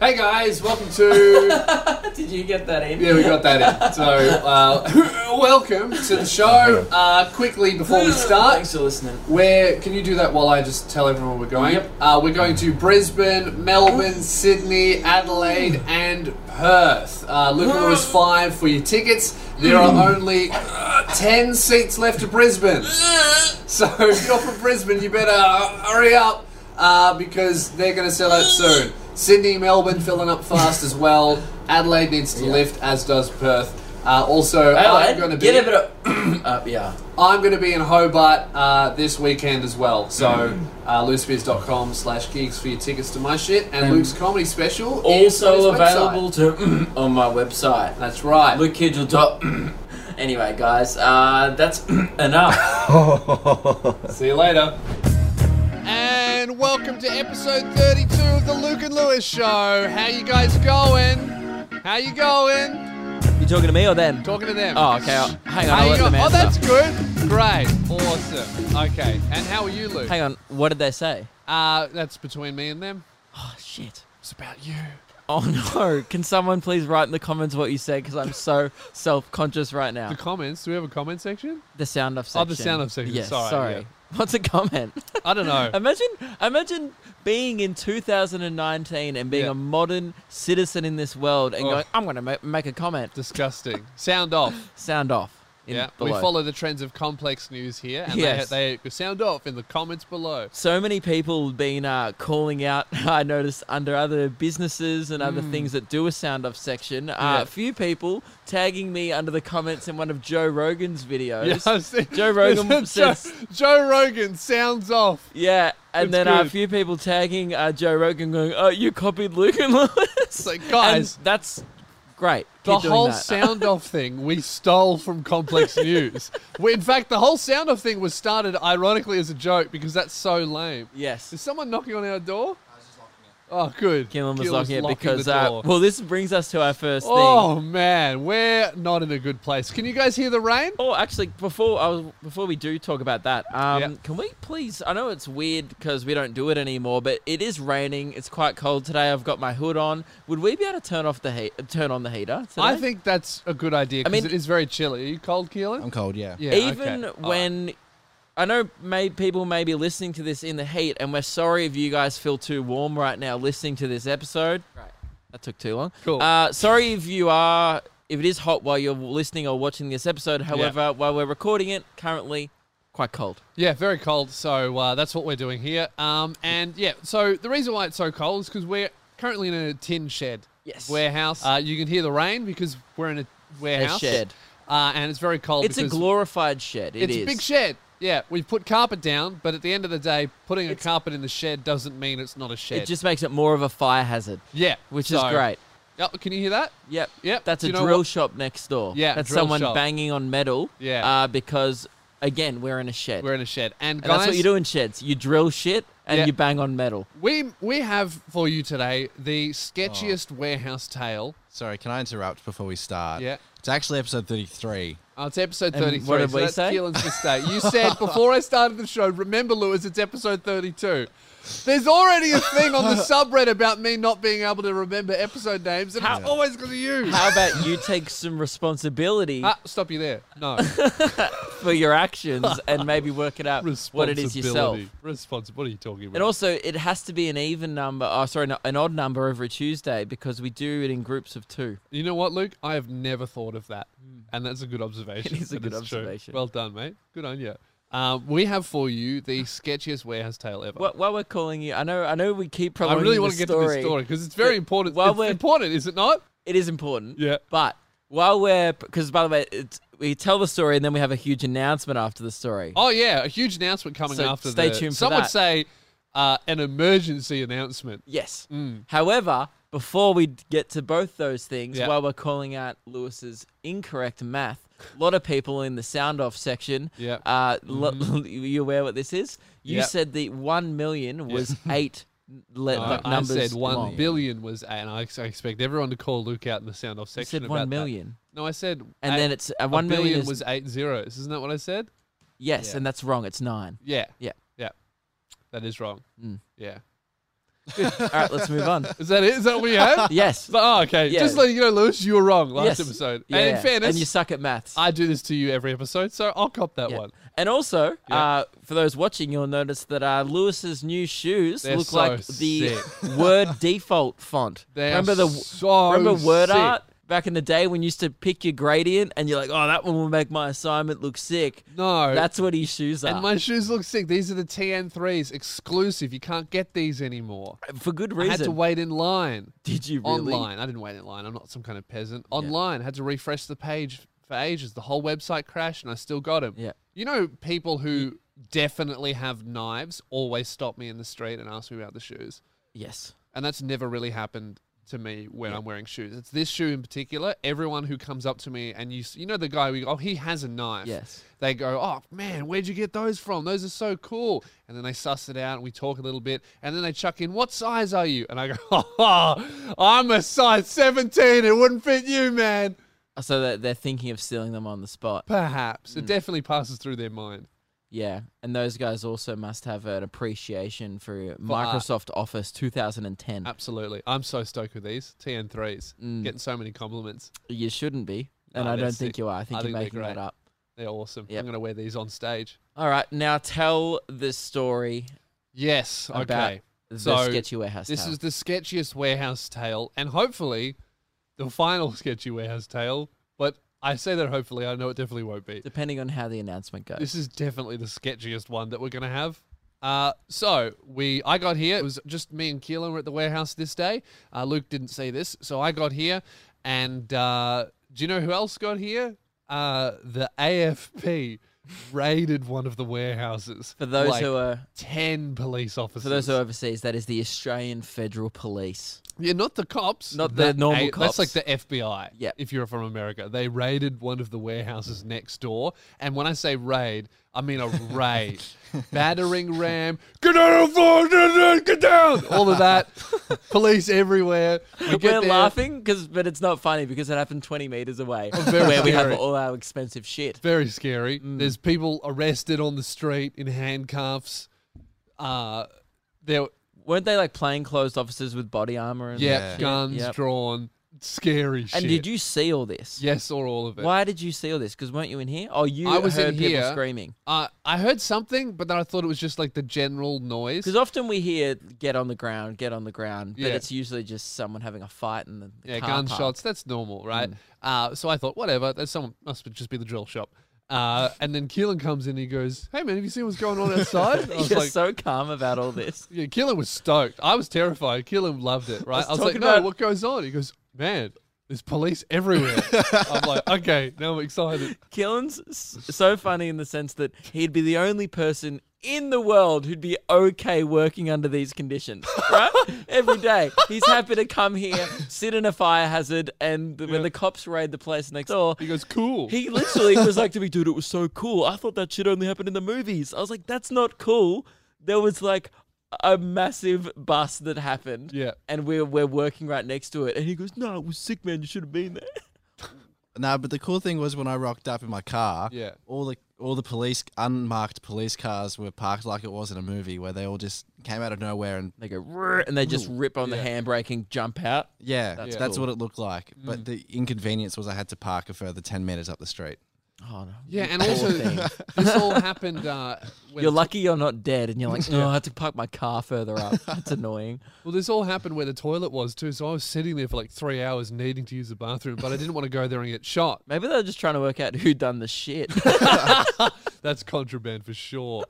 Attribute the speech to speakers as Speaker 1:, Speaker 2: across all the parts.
Speaker 1: Hey guys, welcome to.
Speaker 2: Did you get that in?
Speaker 1: Yeah, we got that in. So, uh, welcome to the show. Uh, quickly before we start,
Speaker 2: Thanks for listening.
Speaker 1: Where can you do that while I just tell everyone we're going?
Speaker 2: Yep.
Speaker 1: Uh, we're going to Brisbane, Melbourne, Sydney, Adelaide, and Perth. Uh, Luke Lewis five for your tickets. There are only uh, ten seats left to Brisbane, so if you're from Brisbane, you better uh, hurry up uh, because they're going to sell out soon. Sydney, Melbourne filling up fast as well. Adelaide needs to
Speaker 2: Yeah.
Speaker 1: lift, as does Perth. Uh, also, I'm going to
Speaker 2: Adelaide,
Speaker 1: be
Speaker 2: get a bit of up, uh, yeah.
Speaker 1: I'm going to be in Hobart uh, this weekend as well. So,
Speaker 2: Mm.
Speaker 1: uh, loosebeers.com slash gigs for your tickets to my shit and
Speaker 2: And
Speaker 1: Luke's comedy special. is on his
Speaker 2: Also
Speaker 1: website.
Speaker 2: available to on my website.
Speaker 1: That's right.
Speaker 2: LukeKidgel dot. Anyway, guys, uh, that's enough.
Speaker 1: See you later. And welcome to episode 32 of the Luke and Lewis show. How you guys going? How you going?
Speaker 2: You talking to me or them?
Speaker 1: Talking to them.
Speaker 2: Oh, okay. I'll- Hang
Speaker 1: How
Speaker 2: on. I'll
Speaker 1: you
Speaker 2: let them
Speaker 1: go- Oh,
Speaker 2: answer.
Speaker 1: that's good. Great. Awesome. Okay. And how are you, Luke?
Speaker 2: Hang on. What did they say?
Speaker 1: Uh, that's between me and them.
Speaker 2: Oh shit.
Speaker 1: It's about you.
Speaker 2: Oh no! Can someone please write in the comments what you said? Because I'm so self-conscious right now.
Speaker 1: The comments. Do we have a comment section?
Speaker 2: The sound of
Speaker 1: Oh,
Speaker 2: section.
Speaker 1: the sound off section,
Speaker 2: Yes,
Speaker 1: sorry,
Speaker 2: What's a comment?
Speaker 1: I don't know.
Speaker 2: imagine, imagine being in 2019 and being
Speaker 1: Yeah.
Speaker 2: a modern citizen in this world and
Speaker 1: Oh.
Speaker 2: going, "I'm going to ma- make a comment."
Speaker 1: Disgusting. Sound off.
Speaker 2: Sound off. in
Speaker 1: yeah, we
Speaker 2: below.
Speaker 1: follow the trends of complex news here, and
Speaker 2: Yes.
Speaker 1: they, they sound off in the comments below.
Speaker 2: So many people been uh, calling out. I noticed under other businesses and other things that do a sound off section. Uh,
Speaker 1: Mm. Yeah.
Speaker 2: Few people tagging me under the comments in one of Joe Rogan's videos.
Speaker 1: I've seen-
Speaker 2: Joe Rogan
Speaker 1: Joe,
Speaker 2: says-
Speaker 1: Joe Rogan sounds off.
Speaker 2: Yeah, and
Speaker 1: It's
Speaker 2: then uh, a
Speaker 1: good.
Speaker 2: few people tagging uh, Joe Rogan going, "Oh, you copied Luke and Lewis."
Speaker 1: It's like, guys,
Speaker 2: and that's great.
Speaker 1: the
Speaker 2: Keep doing
Speaker 1: whole
Speaker 2: that.
Speaker 1: sound off thing we stole from complex news. We, in fact, the whole sound off thing was started ironically as a joke because that's so lame. Is
Speaker 2: yes.
Speaker 1: someone knocking on our door? Oh, good.
Speaker 2: Killam was
Speaker 1: Killam's
Speaker 2: locking it because
Speaker 1: the
Speaker 2: uh,
Speaker 1: door.
Speaker 2: well, this brings us to our first thing.
Speaker 1: oh man, we're not in a good place. Can you guys hear the rain?
Speaker 2: Oh, actually, before I was, before we do talk about that, um,
Speaker 1: Yeah.
Speaker 2: can we please? I know it's weird because we don't do it anymore, but it is raining. It's quite cold today. I've got my hood on. Would we be able to turn off the heat? Turn on the heater? Today?
Speaker 1: I think that's a good idea
Speaker 2: I
Speaker 1: because
Speaker 2: mean-
Speaker 1: it is very chilly. Are you cold, Keelan?
Speaker 3: I'm cold, yeah.
Speaker 1: yeah,
Speaker 2: even
Speaker 1: okay.
Speaker 2: when I know may, people may be listening to this in the heat, and we're sorry if you guys feel too warm right now listening to this episode. Right. That took too long.
Speaker 1: Cool.
Speaker 2: Uh, sorry if you are if it is hot while you're listening or watching this episode. However, while we're recording it, currently quite cold.
Speaker 1: yeah, very cold. So uh, that's what we're doing here. Um, and yeah, so the reason why it's so cold is because we're currently in a tin shed
Speaker 2: Yes.
Speaker 1: warehouse. Uh, you can hear the rain because we're in a warehouse
Speaker 2: shed.
Speaker 1: uh, and it's very cold.
Speaker 2: It's a
Speaker 1: because
Speaker 2: glorified shed. It
Speaker 1: it's a
Speaker 2: is.
Speaker 1: big shed. Yeah, we've put carpet down, but at the end of the day, putting
Speaker 2: It's-
Speaker 1: a carpet in the shed doesn't mean it's not a shed.
Speaker 2: It just makes it more of a fire hazard,
Speaker 1: yeah,
Speaker 2: which
Speaker 1: so-
Speaker 2: is great.
Speaker 1: Oh, can you hear that?
Speaker 2: Yep.
Speaker 1: Yep.
Speaker 2: That's
Speaker 1: Do
Speaker 2: a
Speaker 1: you know
Speaker 2: drill
Speaker 1: what-
Speaker 2: shop next door.
Speaker 1: Yeah,
Speaker 2: That's
Speaker 1: drill
Speaker 2: someone
Speaker 1: shop.
Speaker 2: banging on metal.
Speaker 1: Yeah.
Speaker 2: Uh, because again, we're in a shed.
Speaker 1: We're in a shed, and,
Speaker 2: and
Speaker 1: guys,
Speaker 2: that's what you do in sheds. You drill shit and
Speaker 1: Yeah.
Speaker 2: you bang on metal.
Speaker 1: We we have for you today the
Speaker 2: Oh.
Speaker 1: sketchiest warehouse tale.
Speaker 3: Sorry, can I interrupt before we start?
Speaker 1: Yeah.
Speaker 3: It's actually episode 33.
Speaker 1: Oh, it's episode
Speaker 2: And
Speaker 1: 33.
Speaker 2: what did
Speaker 1: so
Speaker 2: we
Speaker 1: that's
Speaker 2: say?
Speaker 1: Keelan's mistake. You said before I started the show, remember, Lewis, it's episode 32. There's already a thing on the subreddit about me not being able to remember episode names, and
Speaker 2: How-
Speaker 1: it's always because of you.
Speaker 2: How about you take some responsibility
Speaker 1: Ah, stop you there. No.
Speaker 2: for your actions and maybe work it out what it is yourself?
Speaker 1: Responsibility. Responsible. What are you talking about?
Speaker 2: And also, it has to be an even number. Oh, sorry, no, an odd number every Tuesday because we do it in groups of two.
Speaker 1: you know what, Luke? I have never thought of that. And that's a good observation.
Speaker 2: Hmm. It is a
Speaker 1: That
Speaker 2: good
Speaker 1: true.
Speaker 2: observation.
Speaker 1: Well done, mate. Good on you. Um, we have for you the sketchiest warehouse tale ever.
Speaker 2: Wh- While we're calling you, I know, I know, we keep.
Speaker 1: I
Speaker 2: promoting
Speaker 1: really
Speaker 2: the
Speaker 1: want to get to this story because it's very
Speaker 2: Yeah,
Speaker 1: important.
Speaker 2: while
Speaker 1: it's
Speaker 2: we're-
Speaker 1: important, is it not?
Speaker 2: It is important.
Speaker 1: Yeah.
Speaker 2: But while we're, because by the way, it's, we tell the story and then we have a huge announcement after the story.
Speaker 1: Oh yeah, a huge announcement coming
Speaker 2: So
Speaker 1: after.
Speaker 2: stay
Speaker 1: the,
Speaker 2: tuned for
Speaker 1: Some would
Speaker 2: that.
Speaker 1: say uh, an emergency announcement.
Speaker 2: Yes.
Speaker 1: Mm.
Speaker 2: However, before we d- get to both those things,
Speaker 1: Yeah.
Speaker 2: while we're calling out Lewis's incorrect math, a lot of people in the sound off section.
Speaker 1: Yeah. Mm-hmm.
Speaker 2: Uh, lo- you aware what this is? You
Speaker 1: Yeah.
Speaker 2: said the one million was eight le-
Speaker 1: No,
Speaker 2: like,
Speaker 1: Uh, I
Speaker 2: numbers.
Speaker 1: said one
Speaker 2: long.
Speaker 1: billion was, and I, ex- I expect everyone to call Luke out in the sound off
Speaker 2: You
Speaker 1: section
Speaker 2: said
Speaker 1: about
Speaker 2: one
Speaker 1: that.
Speaker 2: million.
Speaker 1: No, I said,
Speaker 2: And
Speaker 1: eight-
Speaker 2: then it's uh,
Speaker 1: a
Speaker 2: one million
Speaker 1: billion
Speaker 2: is-
Speaker 1: was eight zeros. Isn't that what I said?
Speaker 2: yes,
Speaker 3: Yeah.
Speaker 2: and that's wrong. It's nine.
Speaker 1: Yeah,
Speaker 2: Yeah.
Speaker 1: yeah. That is wrong.
Speaker 2: Mm.
Speaker 1: Yeah.
Speaker 2: All right, let's move on.
Speaker 1: Is that it? Is that what we have?
Speaker 2: Yes.
Speaker 1: Oh, okay.
Speaker 2: Yeah.
Speaker 1: Just letting you know, Lewis, you were wrong last
Speaker 2: yes.
Speaker 1: episode.
Speaker 2: Yeah.
Speaker 1: And in fairness,
Speaker 2: and you suck at maths.
Speaker 1: I do this to you every episode, so I'll cop that
Speaker 2: Yeah.
Speaker 1: one.
Speaker 2: And also,
Speaker 1: Yeah.
Speaker 2: uh, for those watching, you'll notice that uh, Lewis's new shoes
Speaker 1: They're
Speaker 2: look
Speaker 1: so
Speaker 2: like the
Speaker 1: sick.
Speaker 2: Word default font.
Speaker 1: They
Speaker 2: remember
Speaker 1: are
Speaker 2: the
Speaker 1: so
Speaker 2: remember Word
Speaker 1: sick.
Speaker 2: art back in the day when you used to pick your gradient and you're like, oh, that one will make my assignment look sick.
Speaker 1: No.
Speaker 2: That's what his shoes are
Speaker 1: and my shoes look sick. These are the TN3s, exclusive. You can't get these anymore.
Speaker 2: for good
Speaker 1: I had to
Speaker 2: reason.
Speaker 1: wait in line.
Speaker 2: Did you really?
Speaker 1: Online. I didn't wait in line. I'm not some kind of peasant. Online. Had to refresh the page for ages. The whole website crashed and I still got them.
Speaker 2: Yeah.
Speaker 1: You know, people who definitely have knives always stop me in the street and ask me about the shoes.
Speaker 2: Yes.
Speaker 1: And that's never really happened to me when I'm wearing shoes. It's this shoe in particular. Everyone who comes up to me and you, s- you know, the guy we, oh, he has a knife.
Speaker 2: Yes.
Speaker 1: They go, oh man, where'd you get those from? Those are so cool. And then they suss it out, and we talk a little bit, and then they chuck in, what size are you? And I go, oh, I'm a size 17. It wouldn't fit you, man.
Speaker 2: Uh, So that they're thinking of stealing them on the spot.
Speaker 1: Perhaps
Speaker 2: Hmm.
Speaker 1: it definitely passes through their mind.
Speaker 2: Yeah, and those guys also must have an appreciation for,
Speaker 1: art.
Speaker 2: Microsoft Office 2010.
Speaker 1: Absolutely, I'm so stoked with these TN3s.
Speaker 2: Mm.
Speaker 1: Getting so many compliments.
Speaker 2: You shouldn't be, and
Speaker 1: No,
Speaker 2: I don't
Speaker 1: that's
Speaker 2: think
Speaker 1: sick.
Speaker 2: you are. I
Speaker 1: I
Speaker 2: think you're
Speaker 1: think they're
Speaker 2: making that
Speaker 1: great.
Speaker 2: up.
Speaker 1: They're awesome.
Speaker 2: Yep.
Speaker 1: I'm gonna wear these on stage.
Speaker 2: All right, now tell the story
Speaker 1: Yes. Okay.
Speaker 2: about the
Speaker 1: So,
Speaker 2: sketchy warehouse.
Speaker 1: This
Speaker 2: tale.
Speaker 1: is the sketchiest warehouse tale, and hopefully, the final sketchy warehouse tale. But I say that hopefully, I know it definitely won't be.
Speaker 2: depending on how the announcement goes.
Speaker 1: This is definitely the sketchiest one that we're gonna have. Uh, so we, I got here. It was just me and Keelan were at the warehouse this day. Uh, Luke didn't see this, so I got here. And uh, do you know who else got here? Uh, the AFP raided one of the warehouses.
Speaker 2: for those
Speaker 1: Like,
Speaker 2: who are
Speaker 1: ten police officers.
Speaker 2: for those who are overseas, that is the Australian Federal Police.
Speaker 1: Yeah, not the cops.
Speaker 2: Not the normal cops.
Speaker 1: That's like the FBI.
Speaker 2: Yep.
Speaker 1: If you're from America, they raided one of the warehouses next door. And when I say raid, I mean a raid. Battering ram, get out of the floor, get down, get down. All of that. Police everywhere. We get
Speaker 2: We're
Speaker 1: there.
Speaker 2: laughing because, but it's not funny because it happened 20 meters away,
Speaker 1: very
Speaker 2: where we have
Speaker 1: scary.
Speaker 2: all our expensive shit.
Speaker 1: Very scary.
Speaker 2: Mm.
Speaker 1: There's people arrested on the street in handcuffs. Uh, there,
Speaker 2: Weren't they like plainclothes officers with body armor? And
Speaker 1: yeah,
Speaker 3: Yeah.
Speaker 1: guns
Speaker 2: Yep.
Speaker 1: drawn. Scary shit.
Speaker 2: And did you see all this?
Speaker 1: Yes, or all of it.
Speaker 2: Why did you see all this? Because weren't you in here? Oh, you
Speaker 1: I was in
Speaker 2: heard people
Speaker 1: here.
Speaker 2: screaming.
Speaker 1: Uh, I heard something, but then I thought it was just like the general noise.
Speaker 2: Because often we hear "get on the ground, get on the ground," but
Speaker 1: Yeah.
Speaker 2: it's usually just someone having a fight and the, the
Speaker 1: Yeah,
Speaker 2: car park. Hmm.
Speaker 1: gunshots. That's normal, right? Uh, so I thought, whatever. That's someone must be- just be the drill shop. Uh, and then Keelan comes in and he goes, "Hey man, have you seen what's going on outside?" And I was
Speaker 2: You're
Speaker 1: like,
Speaker 2: so calm about all this.
Speaker 1: "Yeah." Keelan was stoked. I was terrified. Keelan loved it, right?
Speaker 2: was
Speaker 1: I was like,
Speaker 2: talking
Speaker 1: "No,
Speaker 2: about-
Speaker 1: what goes on?" He goes, "Man, there's police everywhere." I'm like, "Okay, now I'm excited."
Speaker 2: Killen's s- so funny in the sense that he'd be the only person in the world who'd be okay working under these conditions, right? Every day. He's happy to come here, sit in a fire hazard, and th- when the cops raid the place next door,
Speaker 1: He goes, "Cool."
Speaker 2: He literally was like to me, dude, it was so cool. I thought that shit only happened in the movies. I was like, that's not cool. There was like a massive bust that happened.
Speaker 1: Yeah.
Speaker 2: And we're we're working right next to it. And he goes, No, it was sick, man, you should have been there.
Speaker 3: No, but the cool thing was when I rocked up in my car.
Speaker 1: Yeah.
Speaker 3: All the all the police unmarked police cars were parked like it was in a movie where they all just came out of nowhere and
Speaker 2: They go "Rrr," and they just rip on the handbrake and jump out.
Speaker 3: yeah,
Speaker 2: That's
Speaker 3: that's,
Speaker 2: cool.
Speaker 3: what it looked like. But the inconvenience was I had to park a further ten meters up the street.
Speaker 2: Oh no.
Speaker 1: yeah, and also this all happened. Uh, when
Speaker 2: You're lucky you're not dead and you're like, No, I had to park my car further up. That's annoying.
Speaker 1: Well, this all happened where the toilet was too, so I was sitting there for like three hours needing to use the bathroom, but I didn't want to go there and get shot.
Speaker 2: Maybe they're just trying to work out who done the shit.
Speaker 1: That's contraband for sure.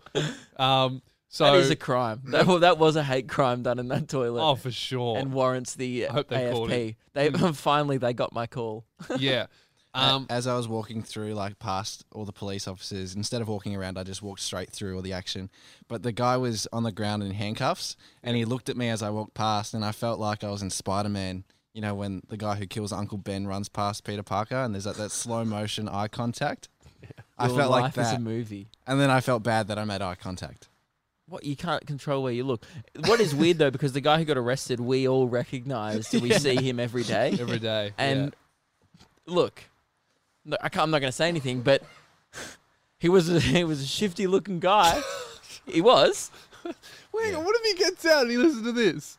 Speaker 1: Um, so
Speaker 2: that is a crime. That, well, that was a hate crime done in that toilet.
Speaker 1: oh, for sure,
Speaker 2: and warrants the
Speaker 1: hope they called
Speaker 2: AFP. They finally they got my call.
Speaker 1: yeah. Um,
Speaker 3: As I was walking through, like past all the police officers, instead of walking around, I just walked straight through all the action. But the guy was on the ground in handcuffs, and he looked at me as I walked past, and I felt like I was in Spider Man. You know, when the guy who kills Uncle Ben runs past Peter Parker, and there's like that slow motion eye contact. I
Speaker 2: Your
Speaker 3: felt like
Speaker 2: life is a
Speaker 3: that,
Speaker 2: movie.
Speaker 3: and then I felt bad that I made eye contact.
Speaker 2: What you can't control where you look. What is weird though, because the guy who got arrested, we all recognized. We see him every day.
Speaker 1: every day,
Speaker 2: and look, no, I can't, I'm not going to say anything, but he was a, he was a shifty looking guy. he was.
Speaker 1: yeah. wait, what if he gets out and he listens to this?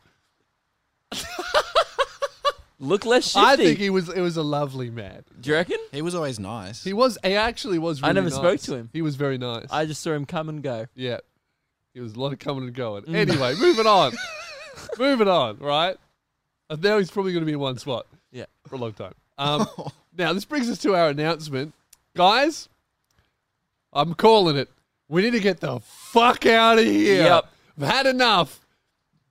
Speaker 2: Look less shifty.
Speaker 1: I think he was. It was a lovely man.
Speaker 2: Do you reckon?
Speaker 3: He was always nice.
Speaker 1: He was. He actually was.
Speaker 2: I
Speaker 1: Really
Speaker 2: never
Speaker 1: nice.
Speaker 2: spoke to him.
Speaker 1: He was very nice.
Speaker 2: I just saw him come and go.
Speaker 1: yeah, he was a lot of coming and going.
Speaker 2: Mm.
Speaker 1: Anyway, moving on. moving on. Right. And now he's probably going to be in one spot
Speaker 2: Yeah.
Speaker 1: for a long time. Um, now this brings us to our announcement, guys. I'm calling it. We need to get the fuck out of here.
Speaker 2: Yep.
Speaker 1: I've had enough.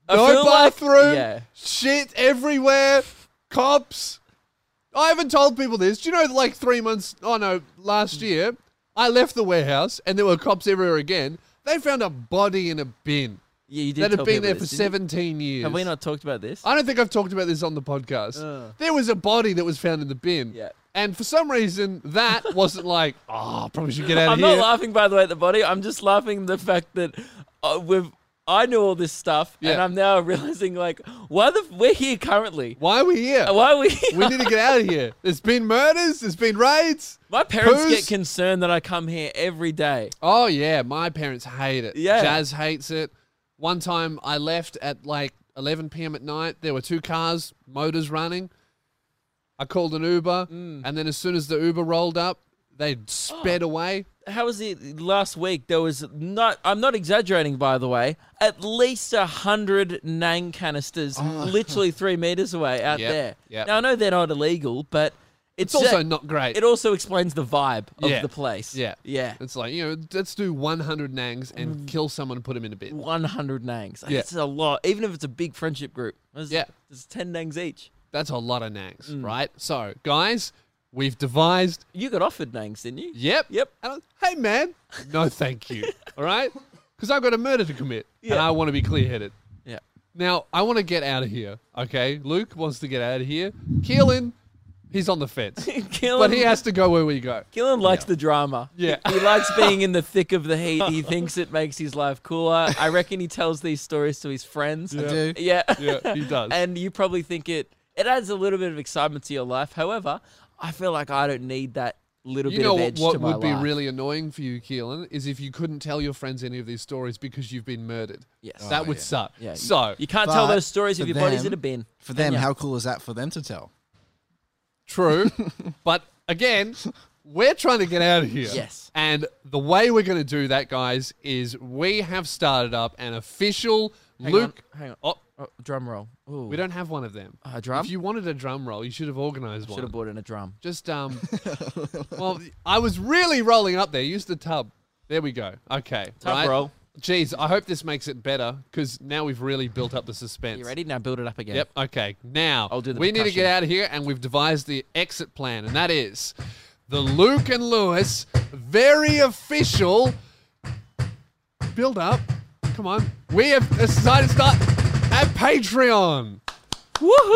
Speaker 2: I
Speaker 1: no
Speaker 2: feel like-
Speaker 1: bathroom.
Speaker 2: yeah.
Speaker 1: Shit everywhere. Cops. I haven't told people this. Do you know, like three months? Oh no, last year, I left the warehouse and there were cops everywhere again. They found a body in a bin
Speaker 2: Yeah, you did.
Speaker 1: that had
Speaker 2: tell
Speaker 1: been
Speaker 2: people
Speaker 1: there for
Speaker 2: this, didn't you?
Speaker 1: 17 years.
Speaker 2: Have we not talked about this?
Speaker 1: I don't think I've talked about this on the podcast.
Speaker 2: Uh.
Speaker 1: There was a body that was found in the bin.
Speaker 2: Yeah.
Speaker 1: And for some reason, that wasn't like, oh, I probably should get out of
Speaker 2: I'm
Speaker 1: here.
Speaker 2: not laughing, by the way, at the body. I'm just laughing at the fact that uh, we've. I knew all this stuff, and
Speaker 1: Yeah.
Speaker 2: I'm now realizing, like, why the f- we're here currently?
Speaker 1: Why are we here?
Speaker 2: Why are we? Here?
Speaker 1: we need to get out of here. There's been murders. There's been raids.
Speaker 2: My parents
Speaker 1: Who's-
Speaker 2: get concerned that I come here every day.
Speaker 1: Oh yeah, my parents hate it.
Speaker 2: Yeah.
Speaker 1: Jazz hates it. One time I left at like 11 p.m. at night. There were two cars, motors running. I called an Uber,
Speaker 2: Mm.
Speaker 1: and then as soon as the Uber rolled up, they sped away.
Speaker 2: How was it last week? There was not. I'm not exaggerating, by the way. At least a hundred Nang canisters, literally three meters away out
Speaker 1: Oh. Yep,
Speaker 2: there.
Speaker 1: yep.
Speaker 2: Now I know they're not illegal, but it's,
Speaker 1: It's also
Speaker 2: a-
Speaker 1: not great.
Speaker 2: It also explains the vibe of
Speaker 1: Yeah,
Speaker 2: the place.
Speaker 1: yeah.
Speaker 2: yeah. Mm.
Speaker 1: It's like you know, let's do 100 nangs and kill someone and put him in a bin.
Speaker 2: 100 nangs. Like,
Speaker 1: Yeah.
Speaker 2: It's a lot, even if it's a big friendship group. There's,
Speaker 1: Yeah.
Speaker 2: There's 10 nangs each.
Speaker 1: That's a lot of nangs,
Speaker 2: Mm.
Speaker 1: right? So guys, we've devised
Speaker 2: You got offered nangs, didn't you?
Speaker 1: Yep.
Speaker 2: Yep.
Speaker 1: And I was, hey, man, no thank you. all right? Because I've got a murder to commit and I want to be clear headed.
Speaker 2: Yeah.
Speaker 1: Now, I want to get out of here, okay? Luke wants to get out of here. Keelan, he's on the fence.
Speaker 2: Killen,
Speaker 1: but he has to go where we go.
Speaker 2: Killen likes the drama.
Speaker 1: Yeah.
Speaker 2: He likes being in the thick of the heat. He thinks it makes his life cooler. I reckon he tells these stories to his friends.
Speaker 3: I do.
Speaker 2: Yeah.
Speaker 1: Yeah, he does.
Speaker 2: and you probably think it it adds a little bit of excitement to your life. However, I feel like I don't need that little
Speaker 1: you
Speaker 2: bit
Speaker 1: know
Speaker 2: of
Speaker 1: what,
Speaker 2: edge to
Speaker 1: what
Speaker 2: my
Speaker 1: would be
Speaker 2: life.
Speaker 1: really annoying for you, Keelan, is if you couldn't tell your friends any of these stories because you've been murdered.
Speaker 2: Yes.
Speaker 1: That
Speaker 3: Oh,
Speaker 1: would
Speaker 3: yeah.
Speaker 1: suck.
Speaker 2: yeah. you-
Speaker 1: So,
Speaker 2: you can't tell
Speaker 3: But
Speaker 2: those stories if
Speaker 3: for
Speaker 2: your body's in
Speaker 3: them-
Speaker 2: a bin.
Speaker 3: For them,
Speaker 2: Yeah.
Speaker 3: how cool is that for them to tell?
Speaker 1: True. but again, we're trying to get out of here.
Speaker 2: Yes.
Speaker 1: And the way we're going to do that, guys, is we have started up an official
Speaker 2: Hang on,
Speaker 1: Luke.
Speaker 2: hang on.
Speaker 1: Oh,
Speaker 2: Oh, drum roll. Ooh.
Speaker 1: we don't have one of them.
Speaker 2: A drum?
Speaker 1: If you wanted a drum roll, you should have organized
Speaker 2: Should have
Speaker 1: one.
Speaker 2: bought in a drum.
Speaker 1: Just, um, well, I was really rolling up there. Use the tub. There we go. Okay.
Speaker 2: Tub
Speaker 1: right?
Speaker 2: roll.
Speaker 1: Jeez, I hope this makes it better because now we've really built up the suspense.
Speaker 2: You ready? Now build it up again.
Speaker 1: Yep. Okay. Now
Speaker 2: I'll do the
Speaker 1: we need to
Speaker 2: percussion.
Speaker 1: get out of here, and we've devised the exit plan, and that is the Luke and Lewis very official build up. Come on, we have decided to start at Patreon.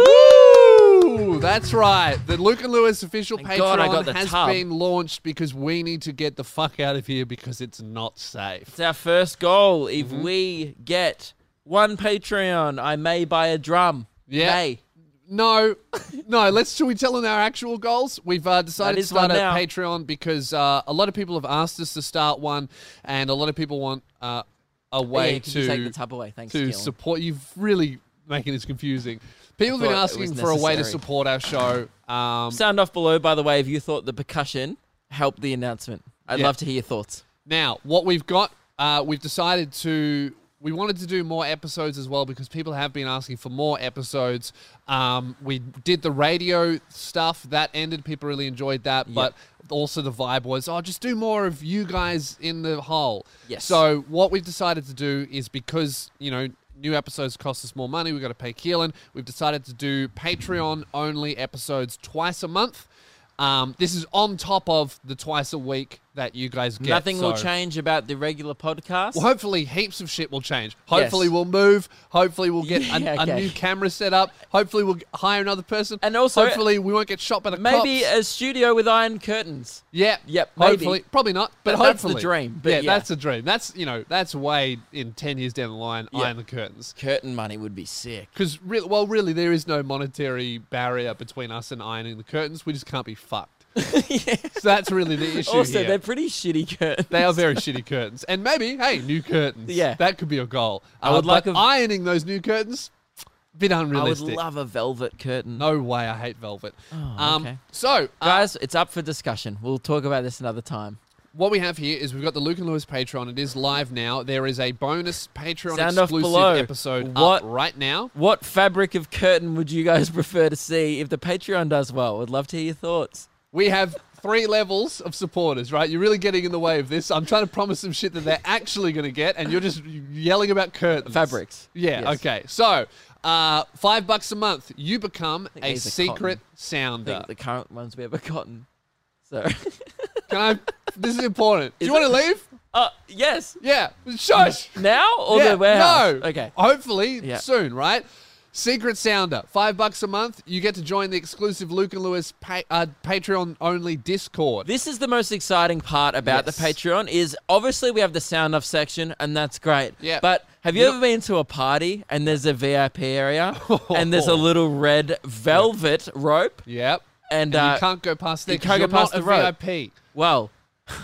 Speaker 1: Woohoo! That's right. The Luke and Lewis official
Speaker 2: Thank
Speaker 1: Patreon
Speaker 2: God I got the
Speaker 1: has
Speaker 2: tub.
Speaker 1: been launched because we need to get the fuck out of here because it's not safe.
Speaker 2: It's our first goal. If we get one Patreon, I may buy a drum.
Speaker 1: Yeah.
Speaker 2: May.
Speaker 1: No, no. Let's should we tell them our actual goals? We've uh, decided
Speaker 2: That
Speaker 1: to
Speaker 2: is
Speaker 1: start
Speaker 2: one
Speaker 1: a
Speaker 2: now.
Speaker 1: Patreon because uh, a lot of people have asked us to start one, and a lot of people want uh, a way
Speaker 2: Oh, yeah, can
Speaker 1: to
Speaker 2: you take the tub away? Thanks,
Speaker 1: to
Speaker 2: Dylan.
Speaker 1: support. You've really making this confusing. People have been
Speaker 2: thought it was
Speaker 1: asking for a way to
Speaker 2: necessary.
Speaker 1: support our show. Um,
Speaker 2: Sound off below, by the way, if you thought the percussion helped the announcement. I'd
Speaker 1: Yeah.
Speaker 2: love to hear your thoughts.
Speaker 1: Now, what we've got, uh, we've decided to. We wanted to do more episodes as well because people have been asking for more episodes. Um, we did the radio stuff that ended. People really enjoyed that, but also the vibe was, oh, just do more of you guys in the hole.
Speaker 2: Yes.
Speaker 1: So what we've decided to do is because you know new episodes cost us more money, we've got to pay Keelan. We've decided to do Patreon only episodes twice a month. Um, this is on top of the twice a week that you guys get.
Speaker 2: Nothing will
Speaker 1: so-
Speaker 2: change about the regular podcast.
Speaker 1: well, hopefully, heaps of shit will change. Hopefully, we'll move. Hopefully, we'll get a,
Speaker 2: Yeah,
Speaker 1: a
Speaker 2: okay.
Speaker 1: new camera set up. Hopefully, we'll g- hire another person.
Speaker 2: And also-
Speaker 1: hopefully, we won't get shot by the
Speaker 2: Maybe
Speaker 1: cops.
Speaker 2: a studio with iron curtains.
Speaker 1: yeah,
Speaker 2: Yep, maybe.
Speaker 1: Hopefully, probably not. But
Speaker 2: Th- that's the
Speaker 1: hopefully,
Speaker 2: dream, but yeah.
Speaker 1: that's a dream. That's you know, that's way in ten years down the line.
Speaker 2: Yeah.
Speaker 1: Iron the curtains.
Speaker 2: Curtain money would be sick.
Speaker 1: Because re- well, really, there is no monetary barrier between us and ironing the curtains. We just can't be fucked. So that's really the issue
Speaker 2: Also,
Speaker 1: here.
Speaker 2: they're pretty shitty curtains.
Speaker 1: They are very shitty curtains. And maybe, hey, new curtains.
Speaker 2: Yeah.
Speaker 1: That could be a goal. Uh,
Speaker 2: I
Speaker 1: but
Speaker 2: would like a-
Speaker 1: ironing those new curtains. Bit
Speaker 2: I would
Speaker 1: unrealistic.
Speaker 2: love a velvet curtain.
Speaker 1: no way. I hate velvet.
Speaker 2: okay.
Speaker 1: So, uh,
Speaker 2: Guys, it's up for discussion. We'll talk about this another time.
Speaker 1: what we have here is we've got the Luke and Lewis Patreon. It is live now. There is a bonus Patreon
Speaker 2: Sound off
Speaker 1: exclusive
Speaker 2: below.
Speaker 1: episode
Speaker 2: What-
Speaker 1: up right now.
Speaker 2: What fabric of curtain would you guys prefer to see if the Patreon does well? Would love to hear your thoughts.
Speaker 1: We have three levels of supporters, right? You're really getting in the way of this. I'm trying to promise some shit that they're actually going to get, and you're just yelling about curtains.
Speaker 2: Fabrics.
Speaker 1: Yeah,
Speaker 2: Yes.
Speaker 1: okay. So, uh, five bucks a month, you become
Speaker 2: think
Speaker 1: a
Speaker 2: these are
Speaker 1: secret
Speaker 2: cotton.
Speaker 1: sounder.
Speaker 2: The, the current ones we ever gotten. So,
Speaker 1: Can I? This is important. Do
Speaker 2: Is
Speaker 1: you want to
Speaker 2: it-
Speaker 1: leave?
Speaker 2: uh, yes.
Speaker 1: Yeah. Shush.
Speaker 2: Now or
Speaker 1: yeah,
Speaker 2: the warehouse?
Speaker 1: No.
Speaker 2: Okay.
Speaker 1: Hopefully
Speaker 2: Yeah.
Speaker 1: soon, right? Secret Sounder, five bucks a month. You get to join the exclusive Luke and Lewis pa- uh, Patreon only Discord.
Speaker 2: This is the most exciting part about the
Speaker 1: Yes.
Speaker 2: Patreon is obviously we have the sound off section and that's great.
Speaker 1: Yeah.
Speaker 2: But have you
Speaker 1: You
Speaker 2: ever been to a party and there's a VIP area and there's a little red velvet rope
Speaker 1: yep.
Speaker 2: and,
Speaker 1: And
Speaker 2: uh,
Speaker 1: you can't go past there.
Speaker 2: you
Speaker 1: 'cause
Speaker 2: can't go
Speaker 1: you're not
Speaker 2: past the
Speaker 1: a
Speaker 2: rope.
Speaker 1: VIP.
Speaker 2: well,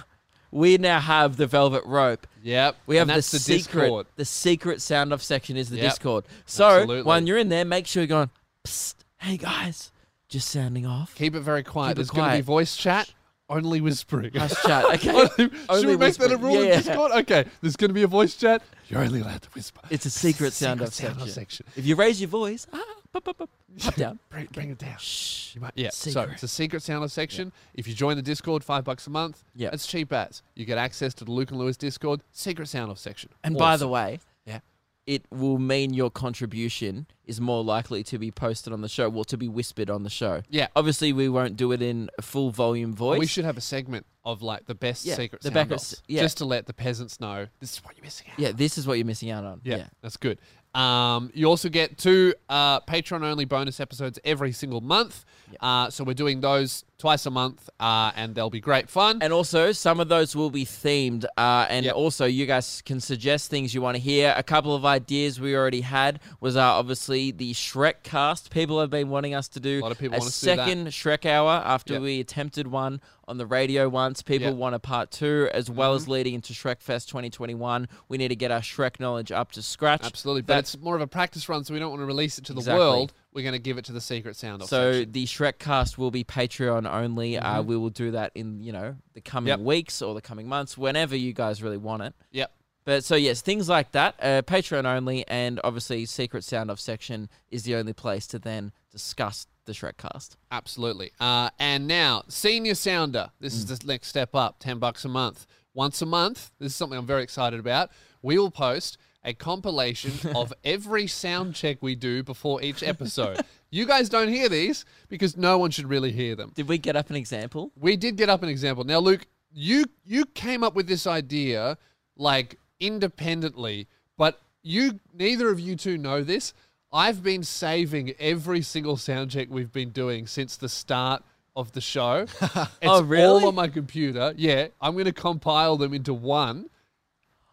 Speaker 2: we now have the velvet rope.
Speaker 1: Yep.
Speaker 2: We have
Speaker 1: and that's
Speaker 2: the, secret.
Speaker 1: Discord.
Speaker 2: The secret sound off section is the
Speaker 1: Yep.
Speaker 2: Discord. So
Speaker 1: Absolutely.
Speaker 2: when you're in there, make sure you're going. Psst, hey guys, just sounding off.
Speaker 1: Keep it very quiet.
Speaker 2: Keep it
Speaker 1: There's going to be
Speaker 2: quiet.
Speaker 1: voice chat, only whispering.
Speaker 2: Nice chat. Okay.
Speaker 1: Should
Speaker 2: Only
Speaker 1: we make that a
Speaker 2: whispering.
Speaker 1: rule
Speaker 2: Yeah.
Speaker 1: in Discord? Okay, there's going to be a voice chat. You're only allowed to whisper.
Speaker 2: It's a secret sound off
Speaker 1: secret
Speaker 2: section.
Speaker 1: section.
Speaker 2: If you raise your voice, ah, pop, pop, pop, pop down.
Speaker 1: Bring, bring it down.
Speaker 2: Shh.
Speaker 1: You might- yeah, so
Speaker 2: Secret.
Speaker 1: it's a secret sound off section. If you join the Discord, five bucks a month.
Speaker 2: Yeah.
Speaker 1: it's cheap as you get access to the Luke and Lewis Discord secret sound off section.
Speaker 2: And by the
Speaker 1: Awesome.
Speaker 2: way,
Speaker 1: Yeah.
Speaker 2: it will mean your contribution is more likely to be posted on the show, well, to be whispered on the show.
Speaker 1: Yeah. Oh,
Speaker 2: Obviously, we won't do it in a full volume voice.
Speaker 1: we should have a segment of like the best
Speaker 2: Yeah,
Speaker 1: secret
Speaker 2: the
Speaker 1: sound
Speaker 2: back-
Speaker 1: offs,
Speaker 2: yeah.
Speaker 1: just to let the peasants know this is what you're missing out.
Speaker 2: Yeah, this is what you're missing out on.
Speaker 1: Yeah, that's good. Um, you also get two uh, Patreon only bonus episodes every single month. Uh, so we're doing those twice a month, uh, and they'll be great fun.
Speaker 2: And also, some of those will be themed. Uh, and
Speaker 1: Yep.
Speaker 2: also, you guys can suggest things you want to hear. A couple of ideas we already had was uh, obviously the Shrek cast. People have been wanting us to do
Speaker 1: lot of people want us to do that.
Speaker 2: second Shrek hour after
Speaker 1: Yep.
Speaker 2: we attempted one on the radio once. People
Speaker 1: Yep. Mm-hmm.
Speaker 2: want a part two, as well as leading into Shrek Fest 2021. We need to get our Shrek knowledge up to scratch.
Speaker 1: Absolutely, but
Speaker 2: That's
Speaker 1: it's more of a practice run, so we don't want to release it to the
Speaker 2: Exactly.
Speaker 1: world. We're going to give it to the secret sound off.
Speaker 2: So
Speaker 1: section.
Speaker 2: the Shrek cast will be Patreon only. Uh, we will do that in you know the coming
Speaker 1: Yep.
Speaker 2: weeks or the coming months, whenever you guys really want it.
Speaker 1: yep.
Speaker 2: But so yes, things like that, uh, Patreon only, and obviously secret sound off section is the only place to then discuss the Shrek cast.
Speaker 1: Absolutely. Uh, and now, senior sounder. This is the next step up. Ten bucks a month. Once a month. This is something I'm very excited about. We will post a compilation of every sound check we do before each episode. you guys don't hear these because no one should really hear them.
Speaker 2: Did we get up an example?
Speaker 1: We did get up an example. Now, Luke, you you came up with this idea like independently, but you neither of you two know this. I've been saving every single sound check we've been doing since the start of the show. It's
Speaker 2: Oh, really?
Speaker 1: all on my computer. Yeah, I'm going to compile them into one.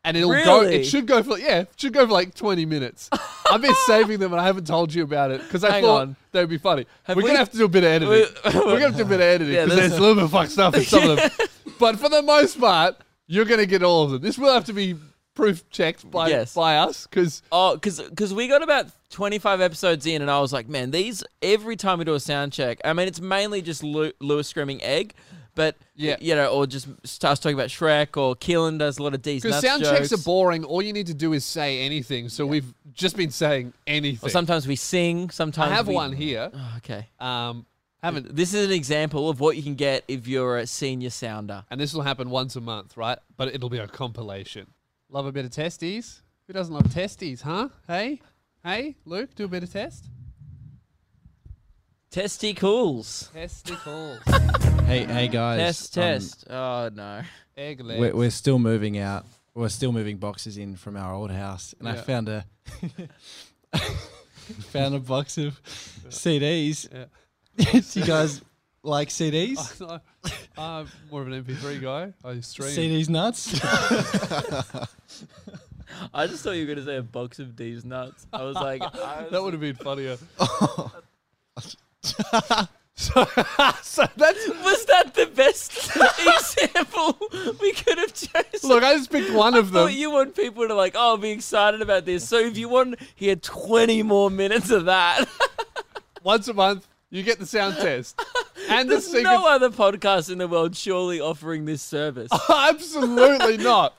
Speaker 1: And it'll go.
Speaker 2: Really?
Speaker 1: It should go for yeah. It should go for like twenty minutes. I've been saving them and I haven't told you about it because I
Speaker 2: Hang
Speaker 1: thought
Speaker 2: on.
Speaker 1: they'd be funny. We're
Speaker 2: we-
Speaker 1: gonna have to do a bit of editing.
Speaker 2: We-
Speaker 1: We're gonna have to do a bit of editing
Speaker 2: Yeah,
Speaker 1: because
Speaker 2: there's
Speaker 1: there's a little bit fucked stuff in some of them. But for the most part, you're going to get all of them. This will have to be proof checked by
Speaker 2: Yes.
Speaker 1: by us because
Speaker 2: Oh, because we got about 25 episodes in, and I was like, man, these every time we do a sound check. I mean, it's mainly just Lu- Lewis screaming egg, but
Speaker 1: Yeah.
Speaker 2: you know, or just starts talking about Shrek, or Keelan does a lot of D's
Speaker 1: because
Speaker 2: nuts
Speaker 1: sound checks are
Speaker 2: jokes.
Speaker 1: boring. All you need to do is say anything. So we've just been saying anything.
Speaker 2: Or sometimes we sing.
Speaker 1: I
Speaker 2: Sometimes
Speaker 1: have
Speaker 2: we-
Speaker 1: one here.
Speaker 2: Oh, okay.
Speaker 1: Um, haven't
Speaker 2: This is an example of what you can get if you're a senior sounder.
Speaker 1: and this will happen once a month, right? But it'll be a compilation. Love a bit of testes. Who doesn't love testes, huh? Hey, hey, Luke, do a bit of test.
Speaker 2: Testicles.
Speaker 1: Testicles,
Speaker 3: Hey, hey guys.
Speaker 2: Test,
Speaker 3: um,
Speaker 2: test. oh, no.
Speaker 1: egg
Speaker 3: we're,
Speaker 1: legs.
Speaker 3: we're still moving out. We're still moving boxes in from our old house, and I
Speaker 1: Yeah.
Speaker 3: found a found a box of CDs.
Speaker 1: Yeah.
Speaker 3: Do you guys like CDs?
Speaker 1: No, I'm more of an MP3 guy. I stream.
Speaker 3: CDs nuts.
Speaker 2: I just thought you were going to say a box of D's nuts. I was like, I
Speaker 1: That would have been funnier. So, so that's
Speaker 2: Was that the best example we could have chosen?
Speaker 1: look. I just picked one of
Speaker 2: thought
Speaker 1: them.
Speaker 2: you want people to like, oh, be excited about this. So if you want, here twenty more minutes of that.
Speaker 1: Once a month, you get the sound test and the
Speaker 2: There's
Speaker 1: secret.
Speaker 2: no other podcast in the world surely offering this service.
Speaker 1: Absolutely not.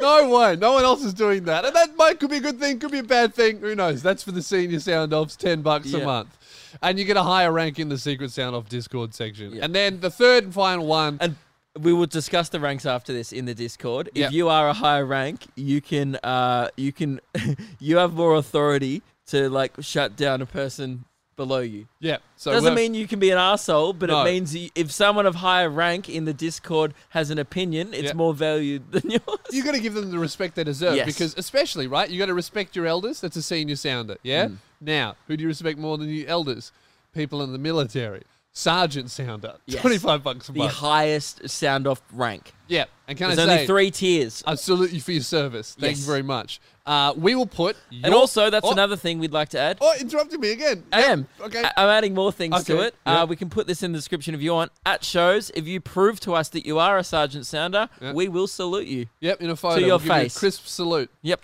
Speaker 1: No way. No one else is doing that. And that might could be a good thing, could be a bad thing. Who knows? That's for the senior sound offs, ten bucks a
Speaker 2: Yeah.
Speaker 1: month. And you get a higher rank in the secret sound off Discord section. And then the third and final one.
Speaker 2: and we will discuss the ranks after this in the Discord.
Speaker 1: Yep.
Speaker 2: If you are a higher rank, you can uh, you can you have more authority to like shut down a person below you.
Speaker 1: yeah. So
Speaker 2: Doesn't
Speaker 1: we're-
Speaker 2: mean you can be an asshole, but
Speaker 1: No.
Speaker 2: it means you, if someone of higher rank in the Discord has an opinion, it's
Speaker 1: Yep.
Speaker 2: more valued than yours.
Speaker 1: you got to give them the respect they deserve
Speaker 2: Yes.
Speaker 1: because especially right you got to respect your elders that's a senior sounder yeah
Speaker 2: Mm.
Speaker 1: now who do you respect more than your elders people in the military sergeant sounder
Speaker 2: Yes.
Speaker 1: 25 bucks a
Speaker 2: the
Speaker 1: month
Speaker 2: highest sound off rank.
Speaker 1: yeah and can
Speaker 2: There's
Speaker 1: i
Speaker 2: only
Speaker 1: say uh,
Speaker 2: three tiers.
Speaker 1: I salute you for your service thank you
Speaker 2: Yes.
Speaker 1: very much uh, we will put your,
Speaker 2: and also, that's
Speaker 1: oh,
Speaker 2: another thing we'd like to add.
Speaker 1: oh interrupted me again
Speaker 2: I am.
Speaker 1: okay.
Speaker 2: I- I'm adding more things to
Speaker 1: Okay,
Speaker 2: it.
Speaker 1: yeah.
Speaker 2: Uh, we can put this in the description if you want. At shows, if you prove to us that you are a sergeant sounder,
Speaker 1: Yeah.
Speaker 2: we will salute you.
Speaker 1: yep in a photo
Speaker 2: your
Speaker 1: we'll give you a
Speaker 2: face.
Speaker 1: crisp salute
Speaker 2: Yep.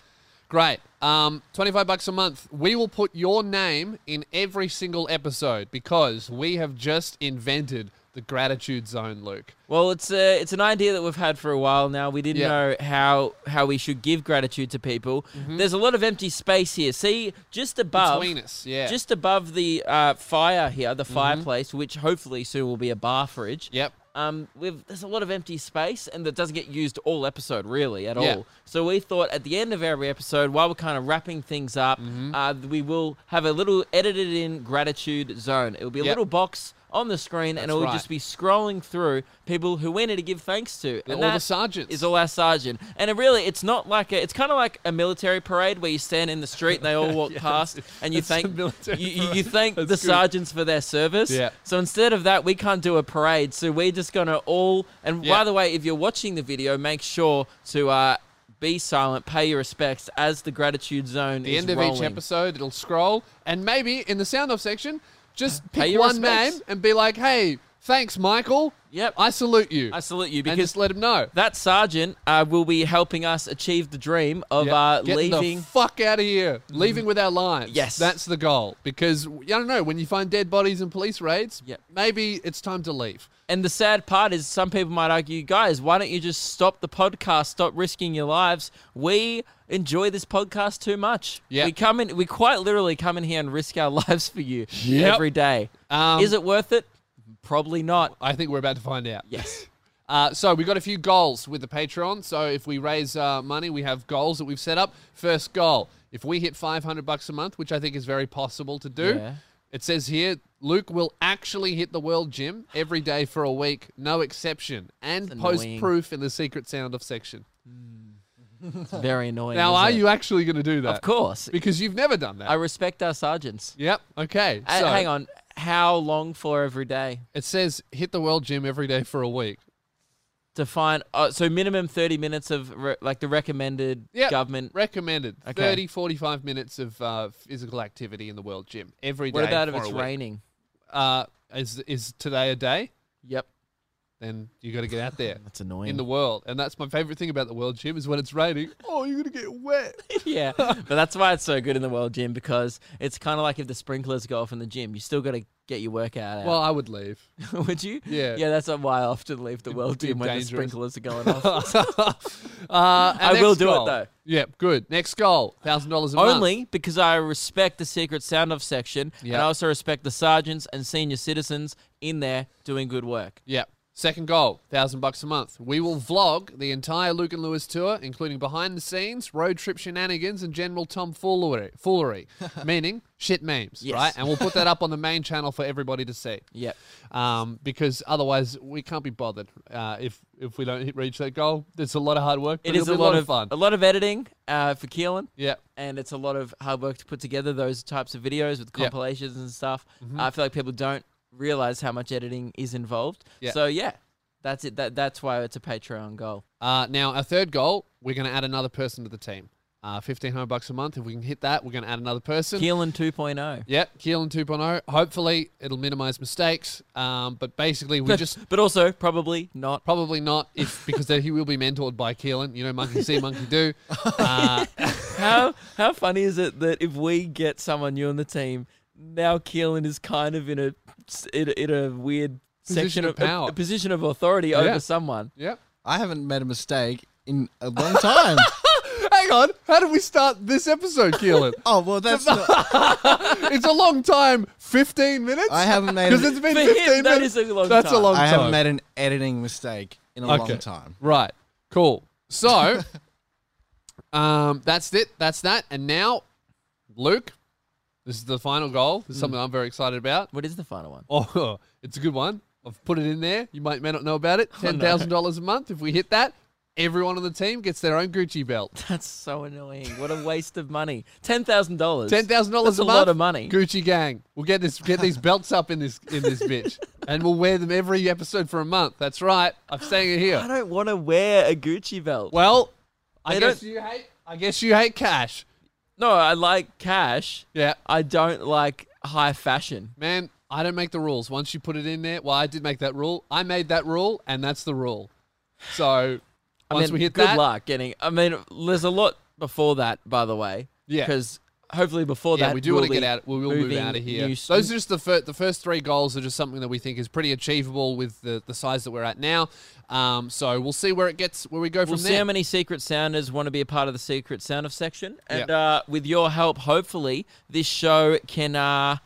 Speaker 1: Great. Um, 25 bucks a month. We will put your name in every single episode because we have just invented the gratitude zone, Luke.
Speaker 2: Well, it's a, it's an idea that we've had for a while now. We didn't
Speaker 1: Yeah.
Speaker 2: know how how we should give gratitude to people. There's a lot of empty space here. See, just
Speaker 1: Mm-hmm.
Speaker 2: above
Speaker 1: Between us, yeah. Mm-hmm.
Speaker 2: just above the uh, fire here, the fireplace, which hopefully soon will be a bar fridge.
Speaker 1: Yep.
Speaker 2: Um, we've, there's a lot of empty space, and that doesn't get used all episode really at
Speaker 1: Yeah.
Speaker 2: all. So we thought at the end of every episode, while we're kind of wrapping things up,
Speaker 1: Mm-hmm.
Speaker 2: uh, we will have a little edited in gratitude zone. It will be a
Speaker 1: Yep.
Speaker 2: little box on the screen, and
Speaker 1: That's
Speaker 2: it will
Speaker 1: right.
Speaker 2: just be scrolling through people who we need to give thanks to.
Speaker 1: They're
Speaker 2: and
Speaker 1: all the
Speaker 2: that
Speaker 1: sergeants.
Speaker 2: is all our sergeant. And it really, it's not like a, it's kind of like a military parade where you stand in the street and they all walk past, and you
Speaker 1: it's a
Speaker 2: thank you,
Speaker 1: military
Speaker 2: you, you
Speaker 1: parade.
Speaker 2: thank the
Speaker 1: That's good.
Speaker 2: sergeants for their service.
Speaker 1: Yeah.
Speaker 2: So instead of that, we can't do a parade. So we're just gonna all. And
Speaker 1: Yeah.
Speaker 2: by the way, if you're watching the video, make sure to uh, be silent, pay your respects as the gratitude zone
Speaker 1: the
Speaker 2: is
Speaker 1: end of each
Speaker 2: rolling.
Speaker 1: episode, it'll scroll, and maybe in the sound off section, just pick
Speaker 2: your
Speaker 1: one
Speaker 2: respects.
Speaker 1: name and be like, "Hey, thanks, Michael.
Speaker 2: Yep.
Speaker 1: I salute you."
Speaker 2: I salute you
Speaker 1: and
Speaker 2: because
Speaker 1: just let him know.
Speaker 2: that sergeant uh, will be helping us achieve the dream of
Speaker 1: Yep.
Speaker 2: uh,
Speaker 1: Getting
Speaker 2: leaving. Mm-hmm.
Speaker 1: the fuck out of here, leaving with our lives.
Speaker 2: Yes.
Speaker 1: that's the goal. Because I don't know when you find dead bodies in police raids,
Speaker 2: Yep.
Speaker 1: maybe it's time to leave.
Speaker 2: And the sad part is, some people might argue, guys, why don't you just stop the podcast? Stop risking your lives. We enjoy this podcast too much.
Speaker 1: Yeah.
Speaker 2: we come in. We quite literally come in here and risk our lives for you
Speaker 1: Yep.
Speaker 2: every day.
Speaker 1: Um,
Speaker 2: is it worth it? Probably not.
Speaker 1: I think we're about to find out.
Speaker 2: Yes.
Speaker 1: Uh, so we got a few goals with the Patreon. So if we raise uh, money, we have goals that we've set up. First goal: if we hit 500 bucks a month, which I think is very possible to do.
Speaker 2: Yeah.
Speaker 1: It says here Luke will actually hit the world gym every day for a week, no exception, and
Speaker 2: That's
Speaker 1: post
Speaker 2: annoying.
Speaker 1: proof in the secret sound off section.
Speaker 2: It's very annoying.
Speaker 1: Now, are
Speaker 2: isn't it?
Speaker 1: you actually going to do that?
Speaker 2: Of course.
Speaker 1: because you've never done that.
Speaker 2: I respect our sergeants.
Speaker 1: yep. Okay.
Speaker 2: Uh,
Speaker 1: so
Speaker 2: hang on. How long for every day?
Speaker 1: It says hit the world gym every day for a week.
Speaker 2: To find uh, so minimum thirty minutes of re- like the recommended
Speaker 1: Yeah.
Speaker 2: government.
Speaker 1: Recommended
Speaker 2: Okay.
Speaker 1: thirty, forty-five 30, 45 minutes of uh, physical activity in the world gym every day.
Speaker 2: What about if
Speaker 1: for
Speaker 2: it's
Speaker 1: a week.
Speaker 2: raining?
Speaker 1: Uh, is, is today a day?
Speaker 2: Yep,
Speaker 1: Then you got to get out there
Speaker 2: that's annoying.
Speaker 1: in the world. And that's my favorite thing about the world gym is when it's raining. Oh, you're going to get wet.
Speaker 2: yeah, but that's why it's so good in the world gym because it's kind of like if the sprinklers go off in the gym, you still got to get your workout
Speaker 1: Well,
Speaker 2: out.
Speaker 1: I would leave.
Speaker 2: Would you?
Speaker 1: yeah.
Speaker 2: yeah. That's why I often leave the world
Speaker 1: be
Speaker 2: gym when
Speaker 1: dangerous.
Speaker 2: the sprinklers are going off.
Speaker 1: Uh, and
Speaker 2: I will
Speaker 1: next
Speaker 2: do it,
Speaker 1: goal.
Speaker 2: though.
Speaker 1: Yep, good. Next goal, $1,000 a month.
Speaker 2: Only because I respect the secret sound off section,
Speaker 1: Yeah.
Speaker 2: and I also respect the sergeants and senior citizens in there doing good work.
Speaker 1: Yeah. Second goal, thousand bucks a month. We will vlog the entire Luke and Lewis tour, including behind the scenes, road trip shenanigans, and general tomfoolery. Foolery, meaning shit memes,
Speaker 2: Yes.
Speaker 1: right? And we'll put that up on the main channel for everybody to see.
Speaker 2: Yep.
Speaker 1: Um, because otherwise we can't be bothered. Uh, if if we don't hit, reach that goal, it's a lot of hard work. But
Speaker 2: it is
Speaker 1: it'll
Speaker 2: a
Speaker 1: be
Speaker 2: lot of
Speaker 1: fun.
Speaker 2: a lot of editing uh, for Keelan.
Speaker 1: yeah.
Speaker 2: and it's a lot of hard work to put together those types of videos with compilations and stuff.
Speaker 1: Mm-hmm.
Speaker 2: I feel like people don't realize how much editing is involved.
Speaker 1: Yeah.
Speaker 2: So yeah, that's it. That that's why it's a Patreon goal.
Speaker 1: Uh, now our third goal, we're going to add another person to the team. Uh, Fifteen hundred bucks a month. If we can hit that, we're going to add another person.
Speaker 2: Keelan oh. 2.0.
Speaker 1: Yep, Keelan 2.0. Hopefully, it'll minimize mistakes. Um, but basically, we just
Speaker 2: But also, probably not.
Speaker 1: probably not if because then he will be mentored by Keelan. You know, monkey see, monkey do. Uh,
Speaker 2: How how funny is it that if we get someone new on the team, now Keelan is kind of in a in, a- in a weird
Speaker 1: Position
Speaker 2: section
Speaker 1: of
Speaker 2: a-
Speaker 1: power.
Speaker 2: A, position of authority
Speaker 1: Yeah.
Speaker 2: over someone.
Speaker 1: yep.
Speaker 3: I haven't made a mistake in a long time.
Speaker 1: Hang on. How did we start this episode, Keelan?
Speaker 3: oh well, that's not,
Speaker 1: it's a long time. Fifteen minutes.
Speaker 3: I haven't made.
Speaker 1: because
Speaker 3: An,
Speaker 1: it's been
Speaker 2: For him,
Speaker 1: fifteen minutes.
Speaker 2: that is a long
Speaker 1: That's a
Speaker 2: time.
Speaker 1: long
Speaker 3: I
Speaker 1: time.
Speaker 3: haven't made an editing mistake in a
Speaker 1: Okay.
Speaker 3: long time.
Speaker 1: Right. Cool. So, um, that's it. That's that. And now, Luke, this is the final goal. This is something I'm very excited about.
Speaker 2: What is the final one?
Speaker 1: Oh, it's a good one. I've put it in there. You might may not know about it. Ten thousand dollars a month. If we hit that, everyone on the team gets their own Gucci belt.
Speaker 2: That's so annoying. What a waste of money. Ten thousand dollars.
Speaker 1: Ten thousand dollars
Speaker 2: That's
Speaker 1: a
Speaker 2: a
Speaker 1: month.
Speaker 2: lot of money.
Speaker 1: Gucci gang. We'll get this. Get these belts up in this in this bitch, and we'll wear them every episode for a month. That's right. I'm saying it
Speaker 2: I
Speaker 1: here.
Speaker 2: don't want to wear a Gucci belt.
Speaker 1: Well, I
Speaker 2: They
Speaker 1: guess
Speaker 2: don't-
Speaker 1: you hate. I guess you hate cash.
Speaker 2: no, I like cash.
Speaker 1: Yeah.
Speaker 2: I don't like high fashion.
Speaker 1: Man, I don't make the rules. Once you put it in there, well, I did make that rule. I made that rule, and that's the rule. So
Speaker 2: I
Speaker 1: once
Speaker 2: mean,
Speaker 1: we hit
Speaker 2: good
Speaker 1: that,
Speaker 2: luck getting. I mean, there's a lot before that, by the way.
Speaker 1: Yeah.
Speaker 2: Because hopefully before
Speaker 1: yeah,
Speaker 2: that,
Speaker 1: we do
Speaker 2: we'll
Speaker 1: want to get
Speaker 2: be
Speaker 1: out. We will move
Speaker 2: moving
Speaker 1: out of here.
Speaker 2: new-
Speaker 1: Those are just the fir- the first three goals are just something that we think is pretty achievable with the, the size that we're at now. Um, so we'll see where it gets, where we go
Speaker 2: We'll
Speaker 1: from
Speaker 2: see
Speaker 1: there.
Speaker 2: how many secret sounders want to be a part of the secret sound of section, and uh, with your help, hopefully this show can uh,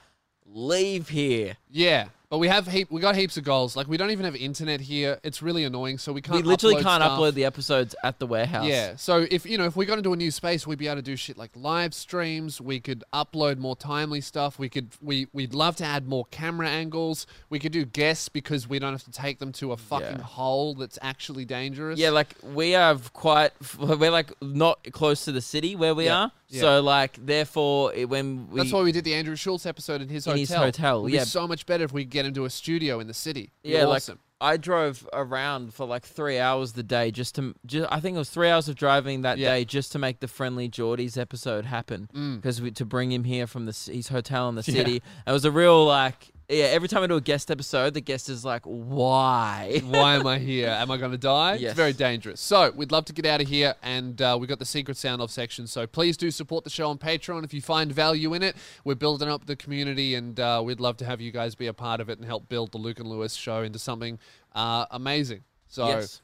Speaker 2: leave here.
Speaker 1: yeah, but we have heap. We got heaps of goals. Like we don't even have internet here. It's really annoying. So we can't.
Speaker 2: We literally
Speaker 1: upload
Speaker 2: can't
Speaker 1: stuff.
Speaker 2: upload the episodes at the warehouse.
Speaker 1: Yeah. So if you know if we got into a new space, we'd be able to do shit like live streams. We could upload more timely stuff. We could we we'd love to add more camera angles. We could do guests because we don't have to take them to a fucking
Speaker 2: Yeah.
Speaker 1: hole that's actually dangerous.
Speaker 2: Yeah, like we have quite, we're like not close to the city where we
Speaker 1: Yeah,
Speaker 2: are.
Speaker 1: yeah.
Speaker 2: So like, therefore, it- when we
Speaker 1: that's why we did the Andrew Schultz episode in his
Speaker 2: In
Speaker 1: hotel.
Speaker 2: his hotel,
Speaker 1: It'd
Speaker 2: yeah.
Speaker 1: Be so much better if we could get into a studio in the city. It'd be
Speaker 2: yeah,
Speaker 1: Awesome.
Speaker 2: like I drove around for like three hours the day just to. Just, I think it was three hours of driving that
Speaker 1: Yeah. Mm.
Speaker 2: day just to make the friendly Geordies episode happen because we to bring him here from the c- his hotel in the city. It was a real like yeah. Every time I do a guest episode, the guest is like, "Why?"
Speaker 1: Why am I here? Am I going to die? It's
Speaker 2: Yes.
Speaker 1: very dangerous. So we'd love to get out of here, and uh, we've got the secret sound off section. So please do support the show on Patreon if you find value in it. We're building up the community, and uh, we'd love to have you guys be a part of it and help build the Luke and Lewis show into something uh, amazing. So
Speaker 2: Yes.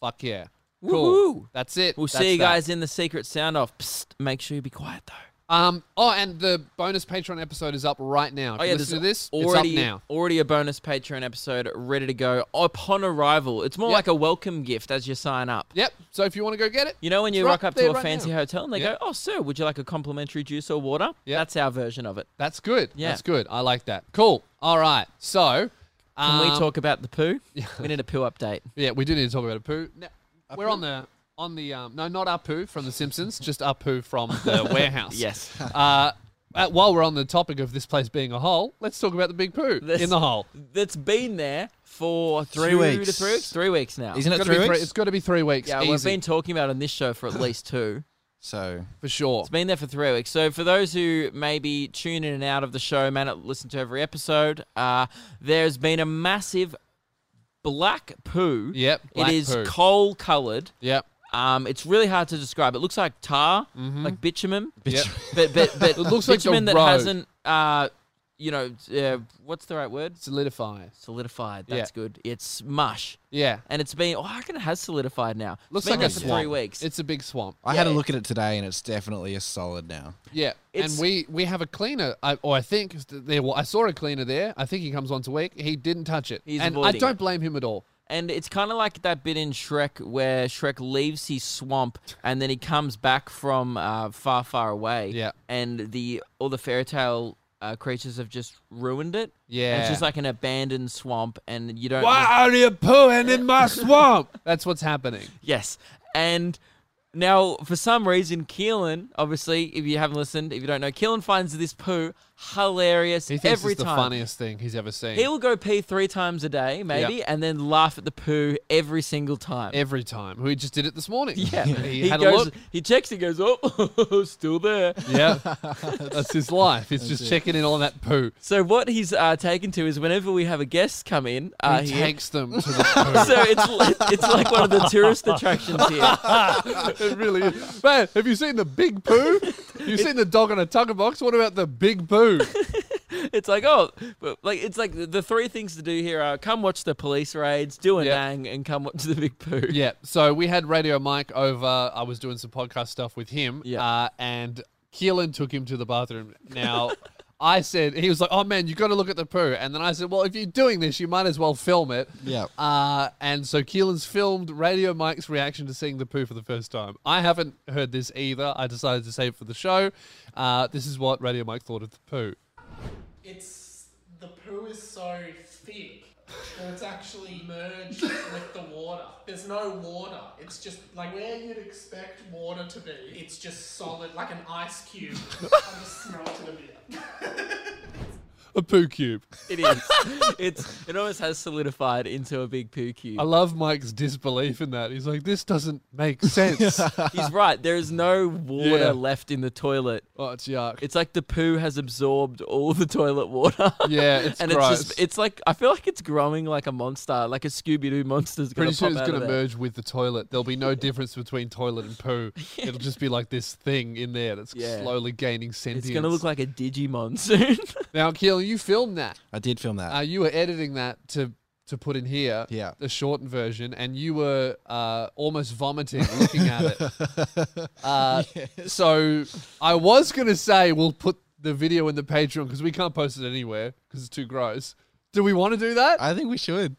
Speaker 1: fuck yeah, cool.
Speaker 2: Woohoo.
Speaker 1: That's it.
Speaker 2: We'll
Speaker 1: That's
Speaker 2: see you
Speaker 1: that.
Speaker 2: guys in the secret sound off. Psst, make sure you be quiet though.
Speaker 1: Um. Oh, and the bonus Patreon episode is up right now. If you listen to
Speaker 2: Oh, there's
Speaker 1: this.
Speaker 2: Already,
Speaker 1: it's up now.
Speaker 2: already a bonus Patreon episode ready to go upon arrival. It's more
Speaker 1: Yep.
Speaker 2: like a welcome gift as you sign up.
Speaker 1: Yep. So if you want to go get it,
Speaker 2: You know when
Speaker 1: It's
Speaker 2: you
Speaker 1: right
Speaker 2: rock up
Speaker 1: there
Speaker 2: to a
Speaker 1: right
Speaker 2: fancy
Speaker 1: now.
Speaker 2: hotel and they
Speaker 1: Yeah.
Speaker 2: go, "Oh, sir, would you like a complimentary juice or water?"
Speaker 1: Yeah.
Speaker 2: That's our version of it.
Speaker 1: that's good.
Speaker 2: Yeah.
Speaker 1: That's good. I like that. Cool. All right. So.
Speaker 2: Can we
Speaker 1: um,
Speaker 2: talk about the poo? We need a poo update.
Speaker 1: Yeah, we do need to talk about a poo. No, we're
Speaker 3: poo?
Speaker 1: on the on the um, no, not our poo from The Simpsons, just our poo from the warehouse. Uh, uh, while we're on the topic of this place being a hole, let's talk about the big poo
Speaker 2: This-
Speaker 1: in the hole.
Speaker 2: that's been there for two
Speaker 3: Three
Speaker 2: to
Speaker 3: weeks.
Speaker 2: three weeks, three weeks now.
Speaker 3: Isn't it
Speaker 1: Gotta
Speaker 3: three
Speaker 1: be
Speaker 3: weeks?
Speaker 1: three, it's got to be three weeks.
Speaker 2: yeah,
Speaker 1: easy,
Speaker 2: we've been talking about it on this show for at least two.
Speaker 3: so
Speaker 1: for sure.
Speaker 2: It's been there for three weeks. So for those who maybe tune in and out of the show, may not listen to every episode, uh, there's been a massive black poo.
Speaker 1: Yep, black
Speaker 2: it is
Speaker 1: poo.
Speaker 2: coal coloured.
Speaker 1: Yep.
Speaker 2: Um, it's really hard to describe. It looks like tar, like bitumen.
Speaker 1: Yep.
Speaker 2: but but but
Speaker 1: Mm-hmm. It looks like the
Speaker 2: bitumen that
Speaker 1: road.
Speaker 2: hasn't uh you know uh, what's the right word
Speaker 1: Solidify.
Speaker 2: solidified
Speaker 1: Yeah.
Speaker 2: that's good it's mush
Speaker 1: Yeah.
Speaker 2: and it's been oh I reckon it has solidified now It's
Speaker 1: Looks
Speaker 2: been
Speaker 1: like
Speaker 2: there
Speaker 1: a
Speaker 2: for
Speaker 1: swamp.
Speaker 2: three weeks
Speaker 1: It's a big swamp.
Speaker 3: I had a
Speaker 2: Yeah.
Speaker 3: look at it today, and it's definitely a solid now.
Speaker 1: Yeah,
Speaker 2: It's-
Speaker 1: and we we have a cleaner, I, or I think is th- there. wa- I saw a cleaner there. I think he comes once a week. He didn't touch it,
Speaker 2: He's
Speaker 1: and I
Speaker 2: avoiding
Speaker 1: don't
Speaker 2: it.
Speaker 1: blame him at all.
Speaker 2: and it's kind of like that bit in Shrek where Shrek leaves his swamp and then he comes back from uh, far far away
Speaker 1: Yeah.
Speaker 2: and the all the fairy tale uh, creatures have just ruined it And
Speaker 1: Yeah.
Speaker 2: it's just like an abandoned swamp and you don't
Speaker 1: are you pooing in my swamp? That's what's happening.
Speaker 2: Yes. And now, for some reason, Keelan, obviously, if you haven't listened, if you don't know, Keelan finds this poo hilarious
Speaker 1: He thinks
Speaker 2: every
Speaker 1: it's the
Speaker 2: time.
Speaker 1: funniest thing he's ever seen.
Speaker 2: He will go pee three times a day, maybe,
Speaker 1: Yep.
Speaker 2: and then laugh at the poo every single time.
Speaker 1: every time. We just did it this morning.
Speaker 2: yeah,
Speaker 1: he, had
Speaker 2: goes,
Speaker 1: a look.
Speaker 2: he checks, he goes, oh, still there.
Speaker 1: Yeah, that's his life. It's just checking in on that poo.
Speaker 2: So what he's uh, taken to is whenever we have a guest come in, uh,
Speaker 1: He
Speaker 2: here-
Speaker 1: takes them to the
Speaker 2: so it's li- it's like one of the tourist attractions here.
Speaker 1: poo. it really is. Man, have you seen the big poo? You've seen the dog on a tucker box? What about the big poo?
Speaker 2: It's like oh, but like it's like the- the three things to do here are come watch the police raids, do a
Speaker 1: Yeah.
Speaker 2: nang, and come watch the big poo.
Speaker 1: yeah. So we had Radio Mike over. I was doing some podcast stuff with him.
Speaker 2: Yeah.
Speaker 1: Uh, and Keelan took him to the bathroom. Now, I said, he was like, oh man, you got to look at the poo. And then I said, well, if you're doing this, you might as well film it.
Speaker 3: Yeah.
Speaker 1: Uh, and so Keelan's filmed Radio Mike's reaction to seeing the poo for the first time. I haven't heard this either. I decided to save it for the show. Uh, this is what Radio Mike thought of the poo.
Speaker 4: it's the poo is so thick that it's actually merged with the water. There's no water. It's just like where you'd expect water to be. It's just solid, like an ice cube. I just smelt it a bit.
Speaker 1: A poo cube.
Speaker 2: It is. It's it almost has solidified into a big poo
Speaker 1: I
Speaker 2: cube.
Speaker 1: love Mike's disbelief in that. He's like, this doesn't make sense.
Speaker 2: He's right. There is no water
Speaker 1: Yeah.
Speaker 2: left in the toilet.
Speaker 1: oh, it's yuck.
Speaker 2: It's like the poo has absorbed all the toilet water.
Speaker 1: yeah, it's
Speaker 2: and
Speaker 1: gross.
Speaker 2: it's just it's like I feel like it's growing like a monster, like a Scooby Doo monster's gonna
Speaker 1: Pretty soon it's
Speaker 2: pop out
Speaker 1: going
Speaker 2: of
Speaker 1: to
Speaker 2: there.
Speaker 1: merge with the toilet. There'll be no difference between toilet and poo. It'll just be like this thing in there that's
Speaker 2: Yeah.
Speaker 1: slowly gaining sentience.
Speaker 2: It's gonna look like a Digimon soon.
Speaker 1: now, Keelan, you filmed that.
Speaker 3: I did film that.
Speaker 1: uh, you were editing that to to put in here,
Speaker 3: Yeah.
Speaker 1: the shortened version, and you were uh, almost vomiting looking at it. Uh, So I was gonna say we'll put the video in the Patreon because we can't post it anywhere because it's too gross. Do we want to do that?
Speaker 3: I think we should.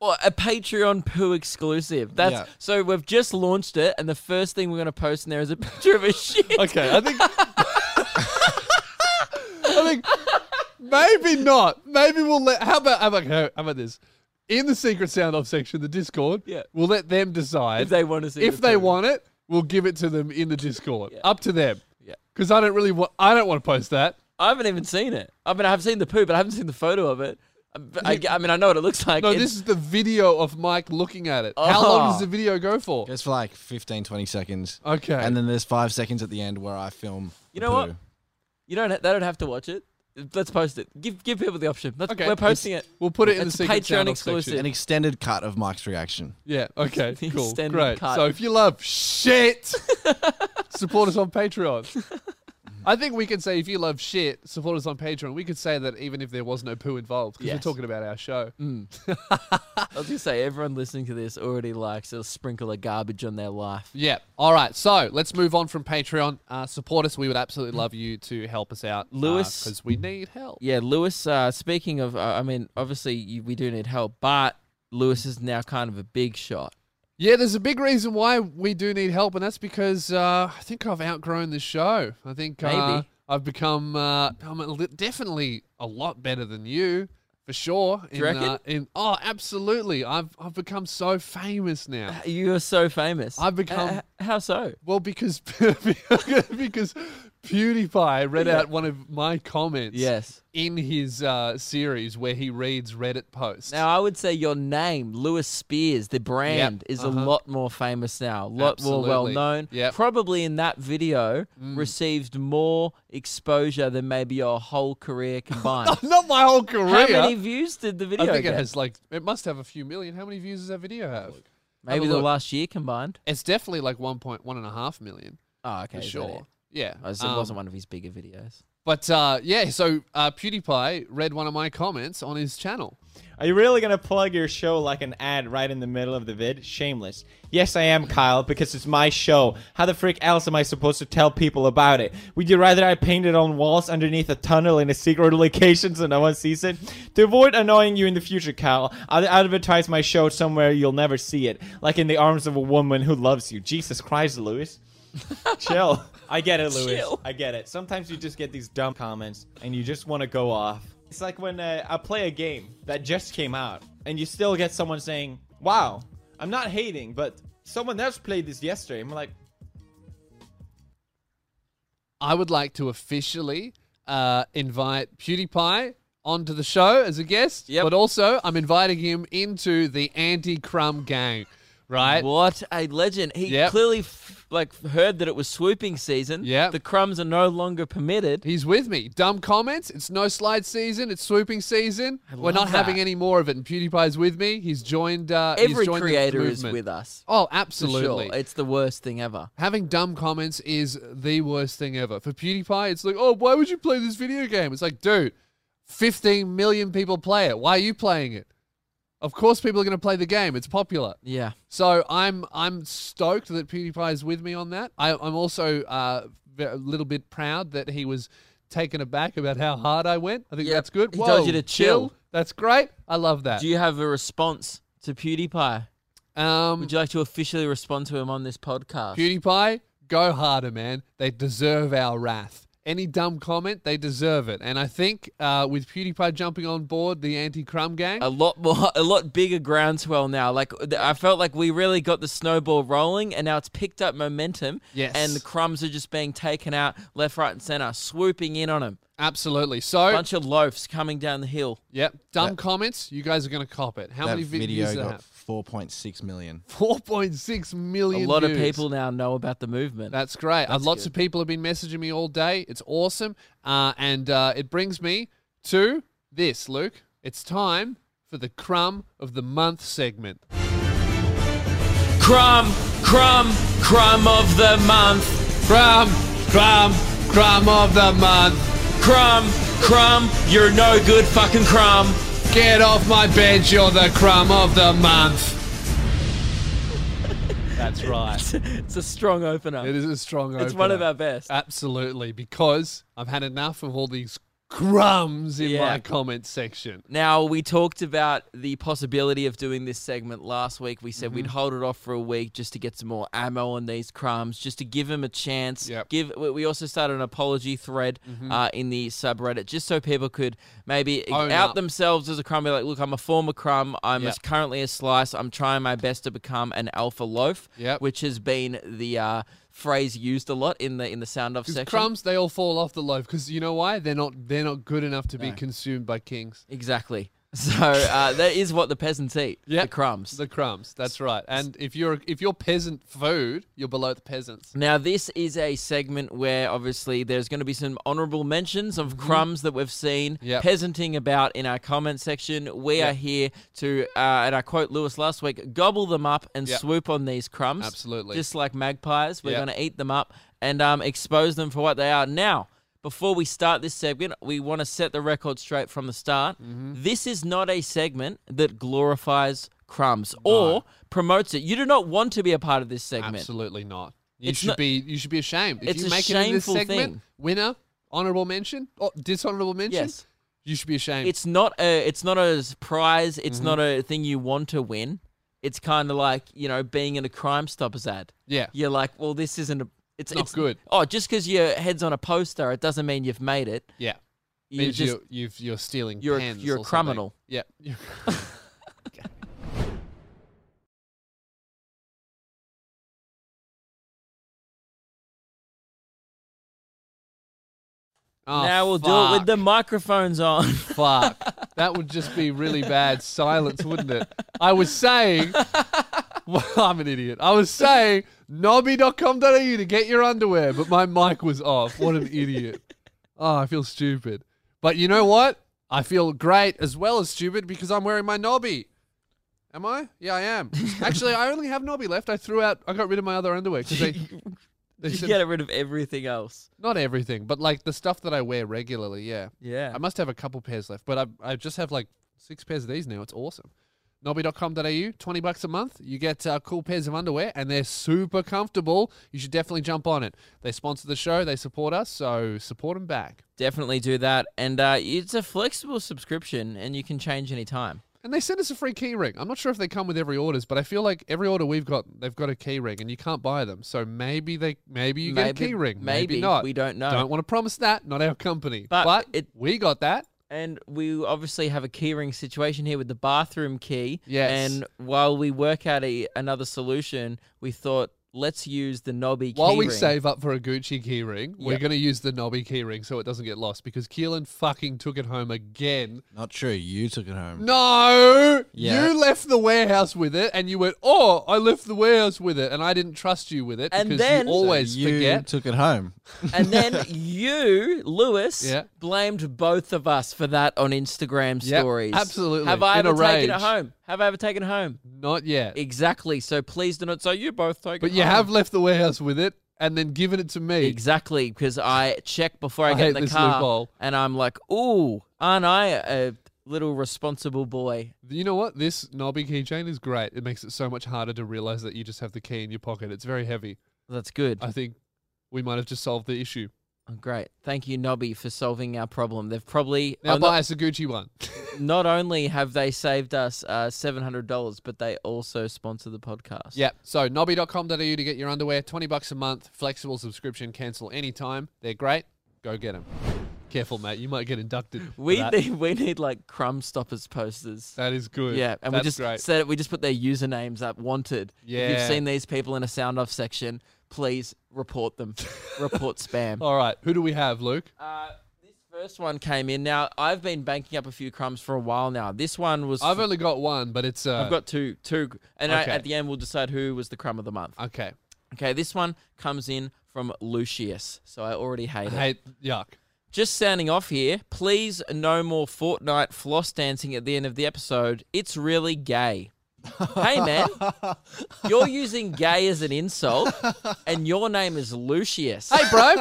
Speaker 2: Well, a Patreon poo exclusive. That's
Speaker 3: Yeah.
Speaker 2: so we've just launched it, and the first thing we're gonna post in there is a picture of a shit.
Speaker 1: okay, I think. I think maybe not. Maybe we'll let. How about how about how about this? In the secret sound off section, the Discord.
Speaker 2: Yeah.
Speaker 1: we'll let them decide
Speaker 2: if they want to see.
Speaker 1: if
Speaker 2: the
Speaker 1: they
Speaker 2: poo.
Speaker 1: want it, we'll give it to them in the Discord.
Speaker 2: Yeah.
Speaker 1: Up to them.
Speaker 2: Yeah.
Speaker 1: Because I don't really want. I don't want to post that.
Speaker 2: I haven't even seen it. I mean, I have seen the poo, but I haven't seen the photo of it. I- but I, I mean, I know what it looks like.
Speaker 1: No,
Speaker 2: It's-
Speaker 1: this is the video of Mike looking at it. How long does
Speaker 2: Oh.
Speaker 1: the video go for?
Speaker 3: It's for like 15, 20 seconds.
Speaker 1: Okay.
Speaker 3: And then there's five seconds at the end where I film.
Speaker 2: You
Speaker 3: the
Speaker 2: know what?
Speaker 3: poo.
Speaker 2: you don't. ha- They don't have to watch it. Let's post it. Give give people the option. Let's,
Speaker 1: Okay,
Speaker 2: We're posting it.
Speaker 1: we'll put it in
Speaker 2: It's
Speaker 1: the secret
Speaker 2: Patreon
Speaker 1: sound off
Speaker 2: exclusive.
Speaker 1: section.
Speaker 3: An extended cut of Mike's reaction.
Speaker 1: Yeah. Okay.
Speaker 2: The
Speaker 1: Cool.
Speaker 2: extended
Speaker 1: Great.
Speaker 2: cut.
Speaker 1: So if you love shit, support us on Patreon. I think we can say if you love shit, support us on Patreon. We could say that even if there was no poo involved, because
Speaker 2: Yes.
Speaker 1: we're talking about our show. Mm,
Speaker 2: I was gonna say everyone listening to this already likes a sprinkle of garbage on their life.
Speaker 1: Yeah. All right. So let's move on from Patreon. Uh, support us. We would absolutely love you to help us out,
Speaker 2: Lewis-
Speaker 1: because we need help.
Speaker 2: Yeah, Lewis. Uh, speaking of, uh, I mean, obviously you, we do need help, but Lewis is now kind of a big shot.
Speaker 1: Yeah. There's a big reason why we do need help, and that's because uh, I think I've outgrown this show. I think uh,
Speaker 2: Maybe.
Speaker 1: I've become uh, I'm a li- definitely a lot better than you. For sure, in,
Speaker 2: you reckon?
Speaker 1: Uh, in oh, absolutely! I've I've become so famous now.
Speaker 2: You are so famous.
Speaker 1: I've become-
Speaker 2: Uh, h- how so?
Speaker 1: Well, because because PewDiePie read out one of my comments.
Speaker 2: Yes.
Speaker 1: in his uh, series where he reads Reddit posts.
Speaker 2: Now I would say your name, Lewis Spears, the brand, is a
Speaker 1: uh-huh.
Speaker 2: lot more famous now, a lot more well
Speaker 1: Absolutely.
Speaker 2: known.
Speaker 1: Yep. Mm.
Speaker 2: Probably in that video received more exposure than maybe your whole career combined.
Speaker 1: not my whole career.
Speaker 2: How many views did the video
Speaker 1: Oh, I think
Speaker 2: get?
Speaker 1: it has like it must have a few million. How many views does that video have?
Speaker 2: maybe
Speaker 1: have a
Speaker 2: the
Speaker 1: look.
Speaker 2: last year combined.
Speaker 1: It's definitely like one point one and a half million
Speaker 2: Oh, okay,
Speaker 1: for
Speaker 2: is that it?
Speaker 1: sure. Yeah,
Speaker 2: Oh, so it
Speaker 1: um,
Speaker 2: wasn't one of his bigger videos.
Speaker 1: But uh, yeah, so uh, PewDiePie read one of my comments on his channel.
Speaker 5: Are you really going to plug your show like an ad right in the middle of the vid? Shameless. Yes, I am, Kyle, because it's my show. How the frick else am I supposed to tell people about it? Would you rather I paint it on walls underneath a tunnel in a secret location so no one sees it? To avoid annoying you in the future, Kyle, I'll advertise my show somewhere you'll never see it, like in the arms of a woman who loves you. Jesus Christ, Lewis. Chill. I get it, Lewis.
Speaker 2: Chill.
Speaker 5: I get it. Sometimes you just get these dumb comments and you just want to go off. It's like when uh, I play a game that just came out and you still get someone saying, Wow, I'm not hating, but someone else played this yesterday. I'm like,
Speaker 1: I would like to officially uh, invite PewDiePie onto the show as a guest.
Speaker 2: Yep.
Speaker 1: But also, I'm inviting him into the anti crumb gang, right?
Speaker 2: What a legend! He
Speaker 1: Yep.
Speaker 2: clearly f- like heard that it was swooping season.
Speaker 1: Yep.
Speaker 2: the crumbs are no longer permitted.
Speaker 1: He's with me. Dumb comments. It's no slide season. It's swooping season. We're
Speaker 2: love
Speaker 1: not having
Speaker 2: that.
Speaker 1: any more of it. And PewDiePie's with me. He's joined. Uh, he's
Speaker 2: Every
Speaker 1: joined the
Speaker 2: creator is
Speaker 1: movement.
Speaker 2: with us.
Speaker 1: Oh,
Speaker 2: for sure.
Speaker 1: absolutely.
Speaker 2: it's the worst thing ever.
Speaker 1: Having dumb comments is the worst thing ever. For PewDiePie, it's like, oh, why would you play this video game? It's like, dude, 15 million people play it. Why are you playing it? Of course, people are going to play the game. It's popular.
Speaker 2: Yeah,
Speaker 1: So I'm I'm stoked that PewDiePie is with me on that. I, I'm also uh, ve- a little bit proud that he was taken aback about how hard I went. I think
Speaker 2: Yep.
Speaker 1: that's good.
Speaker 2: He told
Speaker 1: Whoa,
Speaker 2: you to chill.
Speaker 1: That's great. I love that.
Speaker 2: Do you have a response to PewDiePie?
Speaker 1: um,
Speaker 2: Would you like to officially respond to him on this podcast?
Speaker 1: PewDiePie, go harder, man. They deserve our wrath. Any dumb comment, they deserve it. And I think uh, with PewDiePie jumping on board the anti-crumb gang,
Speaker 2: a lot more, a lot bigger groundswell now. Like th- I felt like we really got the snowball rolling, and now it's picked up momentum.
Speaker 1: Yes.
Speaker 2: and the crumbs are just being taken out left, right, and center, swooping in on him.
Speaker 1: absolutely. So,
Speaker 2: Bunch of loafs coming down the hill.
Speaker 1: yep, dumb comments, you guys are going to cop it. How
Speaker 3: that
Speaker 1: many
Speaker 3: video
Speaker 1: videos does that
Speaker 3: got
Speaker 1: have?
Speaker 3: 4.6 million.
Speaker 1: 4.6 million
Speaker 2: A lot of
Speaker 1: views.
Speaker 2: people now know about the movement.
Speaker 1: That's great. Uh, lots of people have been messaging me all day. It's awesome. Uh, and uh, it brings me to this, Luke. It's time for the crumb of the month segment.
Speaker 2: crumb, crumb, crumb of the month.
Speaker 1: Crumb, crumb, crumb of the month.
Speaker 2: Crumb, crumb, you're no good fucking crumb.
Speaker 1: Get off my bench, you're the crumb of the month. That's right.
Speaker 2: It's a strong opener.
Speaker 1: It is a strong
Speaker 2: It's one of
Speaker 1: opener.
Speaker 2: our best.
Speaker 1: Absolutely, because I've had enough of all these crumbs in
Speaker 2: Yeah.
Speaker 1: my comment section.
Speaker 2: Now, we talked about the possibility of doing this segment last week. We said
Speaker 1: Mm-hmm.
Speaker 2: we'd hold it off for a week just to get some more ammo on these crumbs, just to give them a chance.
Speaker 1: Yep. Mm-hmm.
Speaker 2: Give. we- We also started an apology thread uh, in the subreddit just so people could maybe
Speaker 1: Own
Speaker 2: out
Speaker 1: up.
Speaker 2: themselves as a crumb. Be like, look, I'm a former crumb. I'm
Speaker 1: Yep.
Speaker 2: as currently a slice. I'm trying my best to become an alpha loaf,
Speaker 1: Yep.
Speaker 2: which has been the uh, phrase used a lot in the in the sound off section.
Speaker 1: Because crumbs, they all fall off the loaf. Because you know why? They're not. They're not good enough to be consumed by kings.
Speaker 2: Exactly. So uh, that is what the peasants eat. The
Speaker 1: Yep.
Speaker 2: crumbs.
Speaker 1: The crumbs. That's right. And if you're if you're peasant food, you're below the peasants.
Speaker 2: Now, this is a segment where obviously there's going to be some honorable mentions of crumbs that we've seen
Speaker 1: Mm-hmm. Yep.
Speaker 2: peasanting about in our comment section. We are here to, uh, and I quote Lewis last week, gobble them up and
Speaker 1: Yep.
Speaker 2: swoop on these crumbs.
Speaker 1: Absolutely.
Speaker 2: Just like magpies, we're
Speaker 1: Yep.
Speaker 2: going to eat them up and um, expose them for what they are. Now, before we start this segment, we want to set the record straight from the start.
Speaker 1: Mm-hmm.
Speaker 2: This is not a segment that glorifies crumbs or promotes it. You do not want to be a part of this segment.
Speaker 1: Absolutely not. You
Speaker 2: It's
Speaker 1: should
Speaker 2: not-
Speaker 1: be. You should be ashamed. If
Speaker 2: It's
Speaker 1: you
Speaker 2: a
Speaker 1: make it in this
Speaker 2: shameful
Speaker 1: segment,
Speaker 2: thing.
Speaker 1: winner, honorable mention, or dishonorable mention.
Speaker 2: Yes.
Speaker 1: You should be ashamed.
Speaker 2: it's not a it's not a prize. It's not
Speaker 1: Mm-hmm.
Speaker 2: a thing you want to win. It's kind of like you know being in a Crime Stoppers ad.
Speaker 1: yeah.
Speaker 2: You're like, well, this isn't a. It's
Speaker 1: Not good.
Speaker 2: Oh, just because your head's on a poster, it doesn't mean you've made it.
Speaker 1: Yeah.
Speaker 2: You
Speaker 1: Means
Speaker 2: just
Speaker 1: you're, you've, you're stealing
Speaker 2: You're a-
Speaker 1: pens
Speaker 2: you're a
Speaker 1: or something.
Speaker 2: criminal.
Speaker 1: Yeah. Oh,
Speaker 2: now we'll do it with the microphones on.
Speaker 1: fuck. That would just be really bad silence, wouldn't it? I was saying, well, I'm an idiot. I was saying nobby.com.au to get your underwear, but my mic was off. What an idiot. Oh, I feel stupid. But you know what? I feel great as well as stupid because I'm wearing my nobby. Am I? Yeah, I am. Actually, I only have nobby left. I threw out, I got rid of my other underwear because they, they
Speaker 2: you
Speaker 1: said,
Speaker 2: get rid of everything else.
Speaker 1: not everything, but like the stuff that I wear regularly. Yeah.
Speaker 2: Yeah.
Speaker 1: I must have a couple pairs left, but I, I just have like six pairs of these now. It's awesome. Nobby.com.au, 20 bucks a month. You get uh, cool pairs of underwear and they're super comfortable. You should definitely jump on it. They sponsor the show, they support us, so support them back.
Speaker 2: Definitely do that. And uh, it's a flexible subscription, and you can change any time.
Speaker 1: And they send us a free key ring. I'm not sure if they come with every orders, but I feel like every order we've got, they've got a key ring and you can't buy them. So maybe they maybe you get a
Speaker 2: Maybe-
Speaker 1: key ring. Maybe,
Speaker 2: maybe.
Speaker 1: not.
Speaker 2: We don't know.
Speaker 1: Don't want to promise that, not our company. But,
Speaker 2: But it-
Speaker 1: we got that.
Speaker 2: And we obviously have a keyring situation here with the bathroom key.
Speaker 1: Yes.
Speaker 2: And while we work out a, another solution, we thought let's use the knobby
Speaker 1: While we
Speaker 2: keyring.
Speaker 1: save up for a Gucci keyring, we're
Speaker 2: Yep.
Speaker 1: going to use the knobby keyring so it doesn't get lost because Keelan fucking took it home again.
Speaker 3: Not true. You took it home.
Speaker 1: No!
Speaker 3: Yeah.
Speaker 1: You left the warehouse with it and you went, oh, I left the warehouse with it and I didn't trust you with it
Speaker 2: And
Speaker 1: because
Speaker 2: then-
Speaker 1: you
Speaker 2: So
Speaker 1: always
Speaker 3: you
Speaker 1: forget.
Speaker 3: took it home.
Speaker 2: And then you, Lewis,
Speaker 1: Yeah.
Speaker 2: blamed both of us for that on Instagram
Speaker 1: Yep,
Speaker 2: stories.
Speaker 1: absolutely.
Speaker 2: Have I
Speaker 1: In a
Speaker 2: ever taken
Speaker 1: rage.
Speaker 2: it home? Have I ever taken it home?
Speaker 1: Not yet.
Speaker 2: Exactly. So please do not. So you both take
Speaker 1: but
Speaker 2: it
Speaker 1: you
Speaker 2: home.
Speaker 1: have left the warehouse with it and then given it to me.
Speaker 2: Exactly, because I check before I,
Speaker 1: I
Speaker 2: get
Speaker 1: hate
Speaker 2: in the
Speaker 1: this
Speaker 2: car,
Speaker 1: loophole.
Speaker 2: and I'm like, "Ooh, aren't I a little responsible boy?"
Speaker 1: You know what? This knobby keychain is great. It makes it so much harder to realize that you just have the key in your pocket. It's very heavy.
Speaker 2: That's good.
Speaker 1: I think we might have just solved the issue.
Speaker 2: Oh, great, thank you, Nobby, for solving our problem. They've probably
Speaker 1: Now
Speaker 2: oh,
Speaker 1: buy
Speaker 2: not,
Speaker 1: us a Gucci one.
Speaker 2: not only have they saved us uh, seven hundred dollars, but they also sponsor the podcast.
Speaker 1: Yep. So nobby.com.au to get your underwear. 20 bucks a month. Flexible subscription. Cancel anytime. They're great. Go get them. Careful, mate. You might get inducted. for
Speaker 2: we
Speaker 1: that.
Speaker 2: need we need like crumb stoppers posters.
Speaker 1: that is good.
Speaker 2: Yeah, and
Speaker 1: That's
Speaker 2: we just
Speaker 1: great.
Speaker 2: said it. We just put their usernames up. Wanted. If
Speaker 1: Yeah.
Speaker 2: you've seen these people in a sound off section, please report them. report spam.
Speaker 1: All right. Who do we have, Luke?
Speaker 2: Uh, this first one came in. Now I've been banking up a few crumbs for a while now. This one was.
Speaker 1: I've only got one, but it's. Uh,
Speaker 2: I've got two, two, and I,
Speaker 1: Okay.
Speaker 2: at the end we'll decide who was the crumb of the month.
Speaker 1: Okay.
Speaker 2: Okay, this one comes in from Lucius, so I already hate it.
Speaker 1: Hey, yuck.
Speaker 2: Just sounding off here. Please, no more Fortnite floss dancing at the end of the episode. It's really gay. hey man, you're using gay as an insult, and your name is Lucius.
Speaker 1: Hey, bro.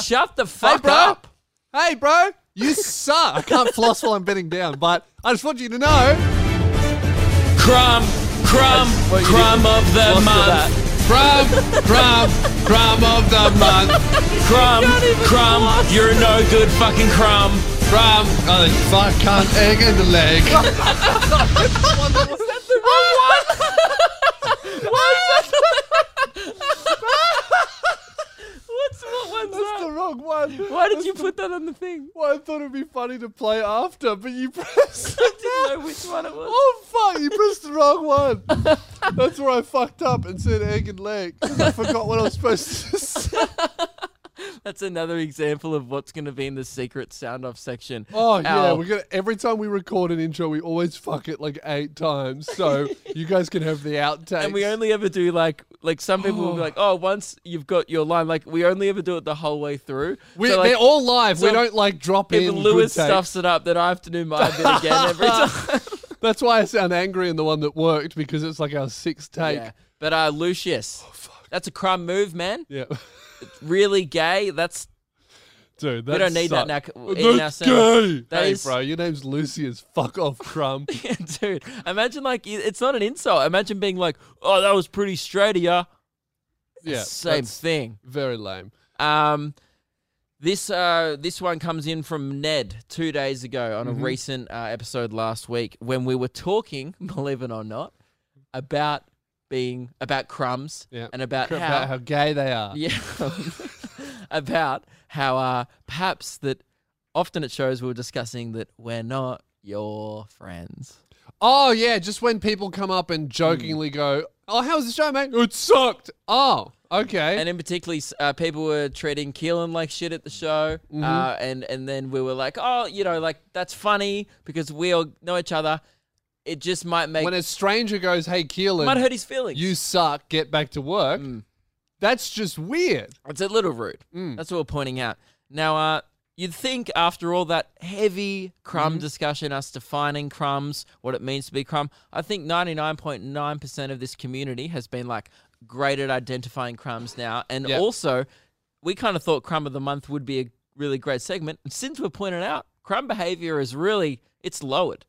Speaker 2: shut the fuck
Speaker 1: bro.
Speaker 2: up.
Speaker 1: hey, bro. You suck. I can't floss while I'm bending down, but I just want you to know.
Speaker 2: Crumb, crumb,
Speaker 1: Well, you
Speaker 2: crumb of the
Speaker 1: Floss till that.
Speaker 2: month.
Speaker 1: Crumb, crumb, crumb of the month.
Speaker 2: Crumb, crumb, you're no good fucking crumb.
Speaker 1: Crumb. Oh, fuck, cunt, egg, and the leg.
Speaker 2: What's what one's
Speaker 1: That's the wrong one.
Speaker 2: Why did you put that on the thing?
Speaker 1: Well, I thought it'd be funny to play after, but you pressed.
Speaker 2: I didn't know which one it was.
Speaker 1: Oh fuck! You pressed the wrong one. That's where I fucked up and said egg and leg. 'cause I forgot what I was supposed to say.
Speaker 2: That's another example of what's going to be in the secret sound off section.
Speaker 1: Oh yeah,
Speaker 2: Our-
Speaker 1: we're gonna. Every time we record an intro, we always fuck it like eight times. So you guys can have the outtakes.
Speaker 2: and we only ever do like like some people will be like, oh, once you've got your line, like we only ever do it the whole way through.
Speaker 1: We,
Speaker 2: So, like,
Speaker 1: they're all live. we
Speaker 2: so
Speaker 1: don't like drop
Speaker 2: if
Speaker 1: in.
Speaker 2: Lewis
Speaker 1: good takes.
Speaker 2: stuffs it up, then I have to do my bit again every time.
Speaker 1: That's why I sound angry in the one that worked because it's like our sixth take. Oh,
Speaker 2: Yeah. But uh, Lucius, that's a crumb move, man.
Speaker 1: Yeah.
Speaker 2: Really gay. That's
Speaker 1: Dude, that
Speaker 2: We don't need that
Speaker 1: sucked.
Speaker 2: now- in
Speaker 1: That's
Speaker 2: ourselves.
Speaker 1: gay.
Speaker 2: That
Speaker 1: hey,
Speaker 2: is-
Speaker 1: bro, your name's Lucius. Fuck off, Crumb.
Speaker 2: Yeah, dude. Imagine like i- it's not an insult. Imagine being like, "Oh, that was pretty straight of ya."
Speaker 1: yeah,
Speaker 2: Same
Speaker 1: that's
Speaker 2: thing.
Speaker 1: Very lame.
Speaker 2: Um, this uh, this one comes in from Ned two days ago on
Speaker 1: Mm-hmm.
Speaker 2: a recent uh, episode last week when we were talking, believe it or not, about being about crumbs
Speaker 1: Yeah.
Speaker 2: and about
Speaker 1: Crap
Speaker 2: how,
Speaker 1: about how gay they are.
Speaker 2: yeah about how uh, perhaps that often it shows we were discussing that we're not your friends.
Speaker 1: Oh yeah, just when people come up and jokingly go, "Oh, how was the show, mate? It sucked." Oh, okay.
Speaker 2: and in particular, s- uh, people were treating Keelan like shit at the show, uh, and and then we were like, oh, you know, like that's funny because we all know each other. It just might make
Speaker 1: when a stranger goes, "Hey,
Speaker 2: might
Speaker 1: Keelan,
Speaker 2: hurt his feelings.
Speaker 1: you suck. Get back to work."
Speaker 2: Mm.
Speaker 1: That's just weird.
Speaker 2: it's a little rude.
Speaker 1: Mm.
Speaker 2: That's what we're pointing out. Now, uh, you'd think after all that heavy crumb
Speaker 1: Mm-hmm.
Speaker 2: discussion, us defining crumbs, what it means to be crumb, I think ninety nine point nine percent of this community has been like great at identifying crumbs now, and
Speaker 1: Yeah.
Speaker 2: also we kind of thought crumb of the month would be a really great segment, and since we're pointing out crumb behavior is really it's lowered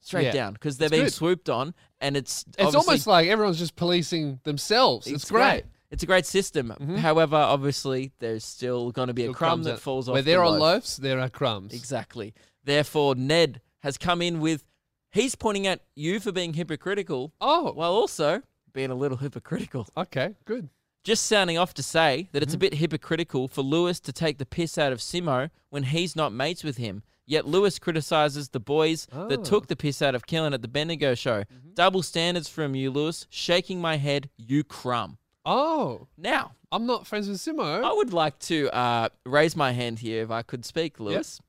Speaker 2: straight
Speaker 1: Yeah.
Speaker 2: down because they're
Speaker 1: It's
Speaker 2: being
Speaker 1: good.
Speaker 2: swooped on, and it's
Speaker 1: It's
Speaker 2: obviously
Speaker 1: almost like everyone's just policing themselves. It's, great. Mm-hmm.
Speaker 2: it's a great system. However, obviously, there's still going to be a
Speaker 1: Still
Speaker 2: crumb
Speaker 1: crumbs
Speaker 2: that
Speaker 1: out.
Speaker 2: falls off.
Speaker 1: Where
Speaker 2: the
Speaker 1: there are
Speaker 2: loaf.
Speaker 1: loaves, there are crumbs.
Speaker 2: Exactly. Therefore, Ned has come in with. He's pointing at you for being hypocritical,
Speaker 1: Oh,
Speaker 2: while also being a little hypocritical.
Speaker 1: okay, good.
Speaker 2: Just sounding off to say that
Speaker 1: Mm-hmm.
Speaker 2: it's a bit hypocritical for Lewis to take the piss out of Simo when he's not mates with him. Yet Lewis criticizes the boys
Speaker 1: Oh.
Speaker 2: that took the piss out of
Speaker 1: Mm-hmm.
Speaker 2: Killen at the Bendigo show. Double standards from you, Lewis. Shaking my head, you crumb.
Speaker 1: Oh,
Speaker 2: Now,
Speaker 1: I'm not friends with Simo.
Speaker 2: I would like to uh, raise my hand here if I could speak, Lewis.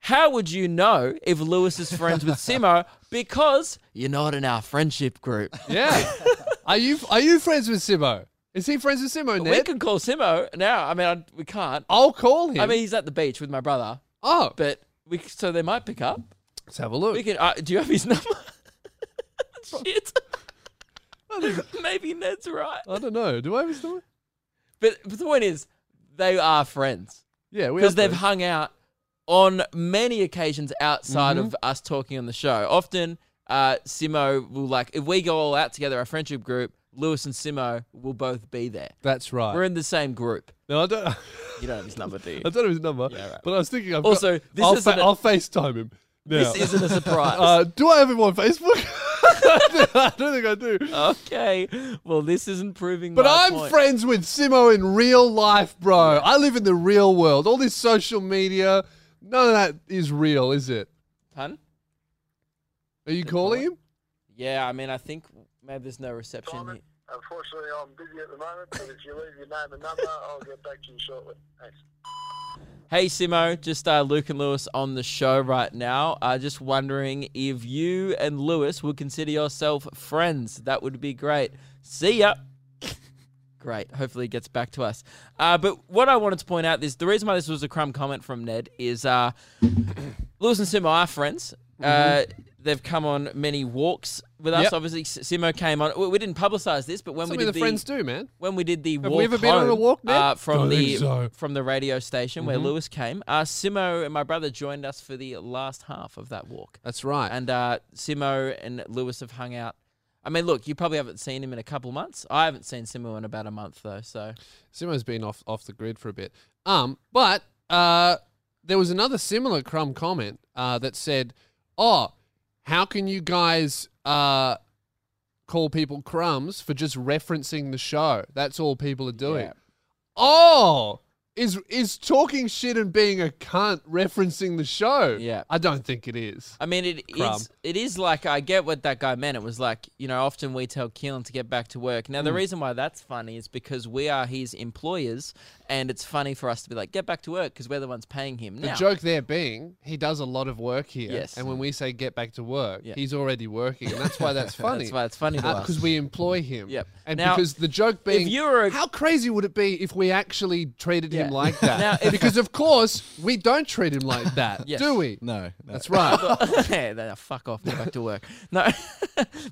Speaker 2: How would you know if Lewis is friends with Simo? Because you're not in our friendship group.
Speaker 1: Yeah. are you are you friends with Simo? Is he friends with Simo,
Speaker 2: We
Speaker 1: Ned?
Speaker 2: can call Simo now. I mean, I, we can't.
Speaker 1: I'll call him.
Speaker 2: I mean, he's at the beach with my brother,
Speaker 1: oh,
Speaker 2: but we c- so they might pick up.
Speaker 1: let's have a look.
Speaker 2: We can. Uh, do you have his number? Shit. Maybe Ned's right.
Speaker 1: I don't know. Do I have his number?
Speaker 2: But, but the point is, they are friends
Speaker 1: Yeah, we
Speaker 2: because
Speaker 1: are
Speaker 2: they've
Speaker 1: friends.
Speaker 2: hung out on many occasions outside
Speaker 1: Mm-hmm.
Speaker 2: of us talking on the show. Often, uh, Simo will like if we go all out together, our friendship group. Lewis and Simo will both be there.
Speaker 1: That's right.
Speaker 2: We're in the same group.
Speaker 1: no, I don't.
Speaker 2: You don't have his number, do you?
Speaker 1: I don't know his number.
Speaker 2: right.
Speaker 1: But I was thinking. I've
Speaker 2: Also,
Speaker 1: got,
Speaker 2: this
Speaker 1: I'll,
Speaker 2: isn't a-
Speaker 1: I'll FaceTime him. Now.
Speaker 2: This isn't a surprise.
Speaker 1: Uh, do I have him on Facebook? I don't think I do.
Speaker 2: okay. Well, this isn't proving.
Speaker 1: But
Speaker 2: my
Speaker 1: I'm
Speaker 2: Uh, point.
Speaker 1: friends with Simo in real life, bro. I live in the real world. All this social media, none of that is real, is it?
Speaker 2: Hun?
Speaker 1: Are you calling him?
Speaker 2: Yeah, I mean, I think maybe there's no reception. here.
Speaker 6: Unfortunately, I'm busy at the moment, but if you leave your name and number, I'll get back to you shortly. Thanks.
Speaker 2: Hey Simo, just uh, Luke and Lewis on the show right now. Uh, just wondering if you and Lewis would consider yourself friends. That would be great. See ya. great. Hopefully it gets back to us. Uh, but what I wanted to point out is the reason why this was a crumb comment from Ned is uh, Lewis and Simo are friends. Uh, they've come on many walks with us.
Speaker 1: Mm-hmm. Yep.
Speaker 2: Obviously, S- Simo came on. We we didn't publicize this, but when
Speaker 1: Something
Speaker 2: we
Speaker 1: the
Speaker 2: did the,
Speaker 1: friends do, man.
Speaker 2: when we did the
Speaker 1: we
Speaker 2: walk
Speaker 1: ever been on
Speaker 2: home,
Speaker 1: a walk, Ned?
Speaker 2: uh, from
Speaker 1: Don't think
Speaker 2: the
Speaker 1: so. Mm-hmm.
Speaker 2: from the radio station where Lewis came. Uh, Simo and my brother joined us for the last half of that walk,
Speaker 1: That's right.
Speaker 2: and uh, Simo and Lewis have hung out. I mean, look, you probably haven't seen him in a couple months. I haven't seen Simo in about a month though, so
Speaker 1: Simo's been off off the grid for a bit. Um, but uh, there was another similar crumb comment uh, that said, "Oh, how can you guys uh, call people crumbs for just referencing the show? That's all people are doing." Oh, is is talking shit and being a cunt referencing the show?
Speaker 2: Yeah.
Speaker 1: I don't think it is.
Speaker 2: I mean, it is.
Speaker 1: Crumb.
Speaker 2: It is like I get what that guy meant. It was like you know, often we tell Keelan to get back to work. Now the
Speaker 1: Mm.
Speaker 2: reason why that's funny is because we are his employers, and it's funny for us to be like, get back to work because we're the ones paying him.
Speaker 1: The
Speaker 2: now,
Speaker 1: joke there being, he does a lot of work here.
Speaker 2: Yes.
Speaker 1: And when we say get back to work,
Speaker 2: Yeah.
Speaker 1: he's already working. And that's why that's funny.
Speaker 2: that's why it's funny to us.
Speaker 1: because Uh, we employ him.
Speaker 2: Yep.
Speaker 1: And
Speaker 2: Now,
Speaker 1: because the joke being,
Speaker 2: you were a-
Speaker 1: how crazy would it be if we actually treated him
Speaker 2: Yeah.
Speaker 1: like that?
Speaker 2: Now, if-
Speaker 1: because of course we don't treat him like that,
Speaker 2: Yes.
Speaker 1: do we?
Speaker 3: No, no.
Speaker 1: That's right.
Speaker 2: yeah, then fuck off, go back to work. No,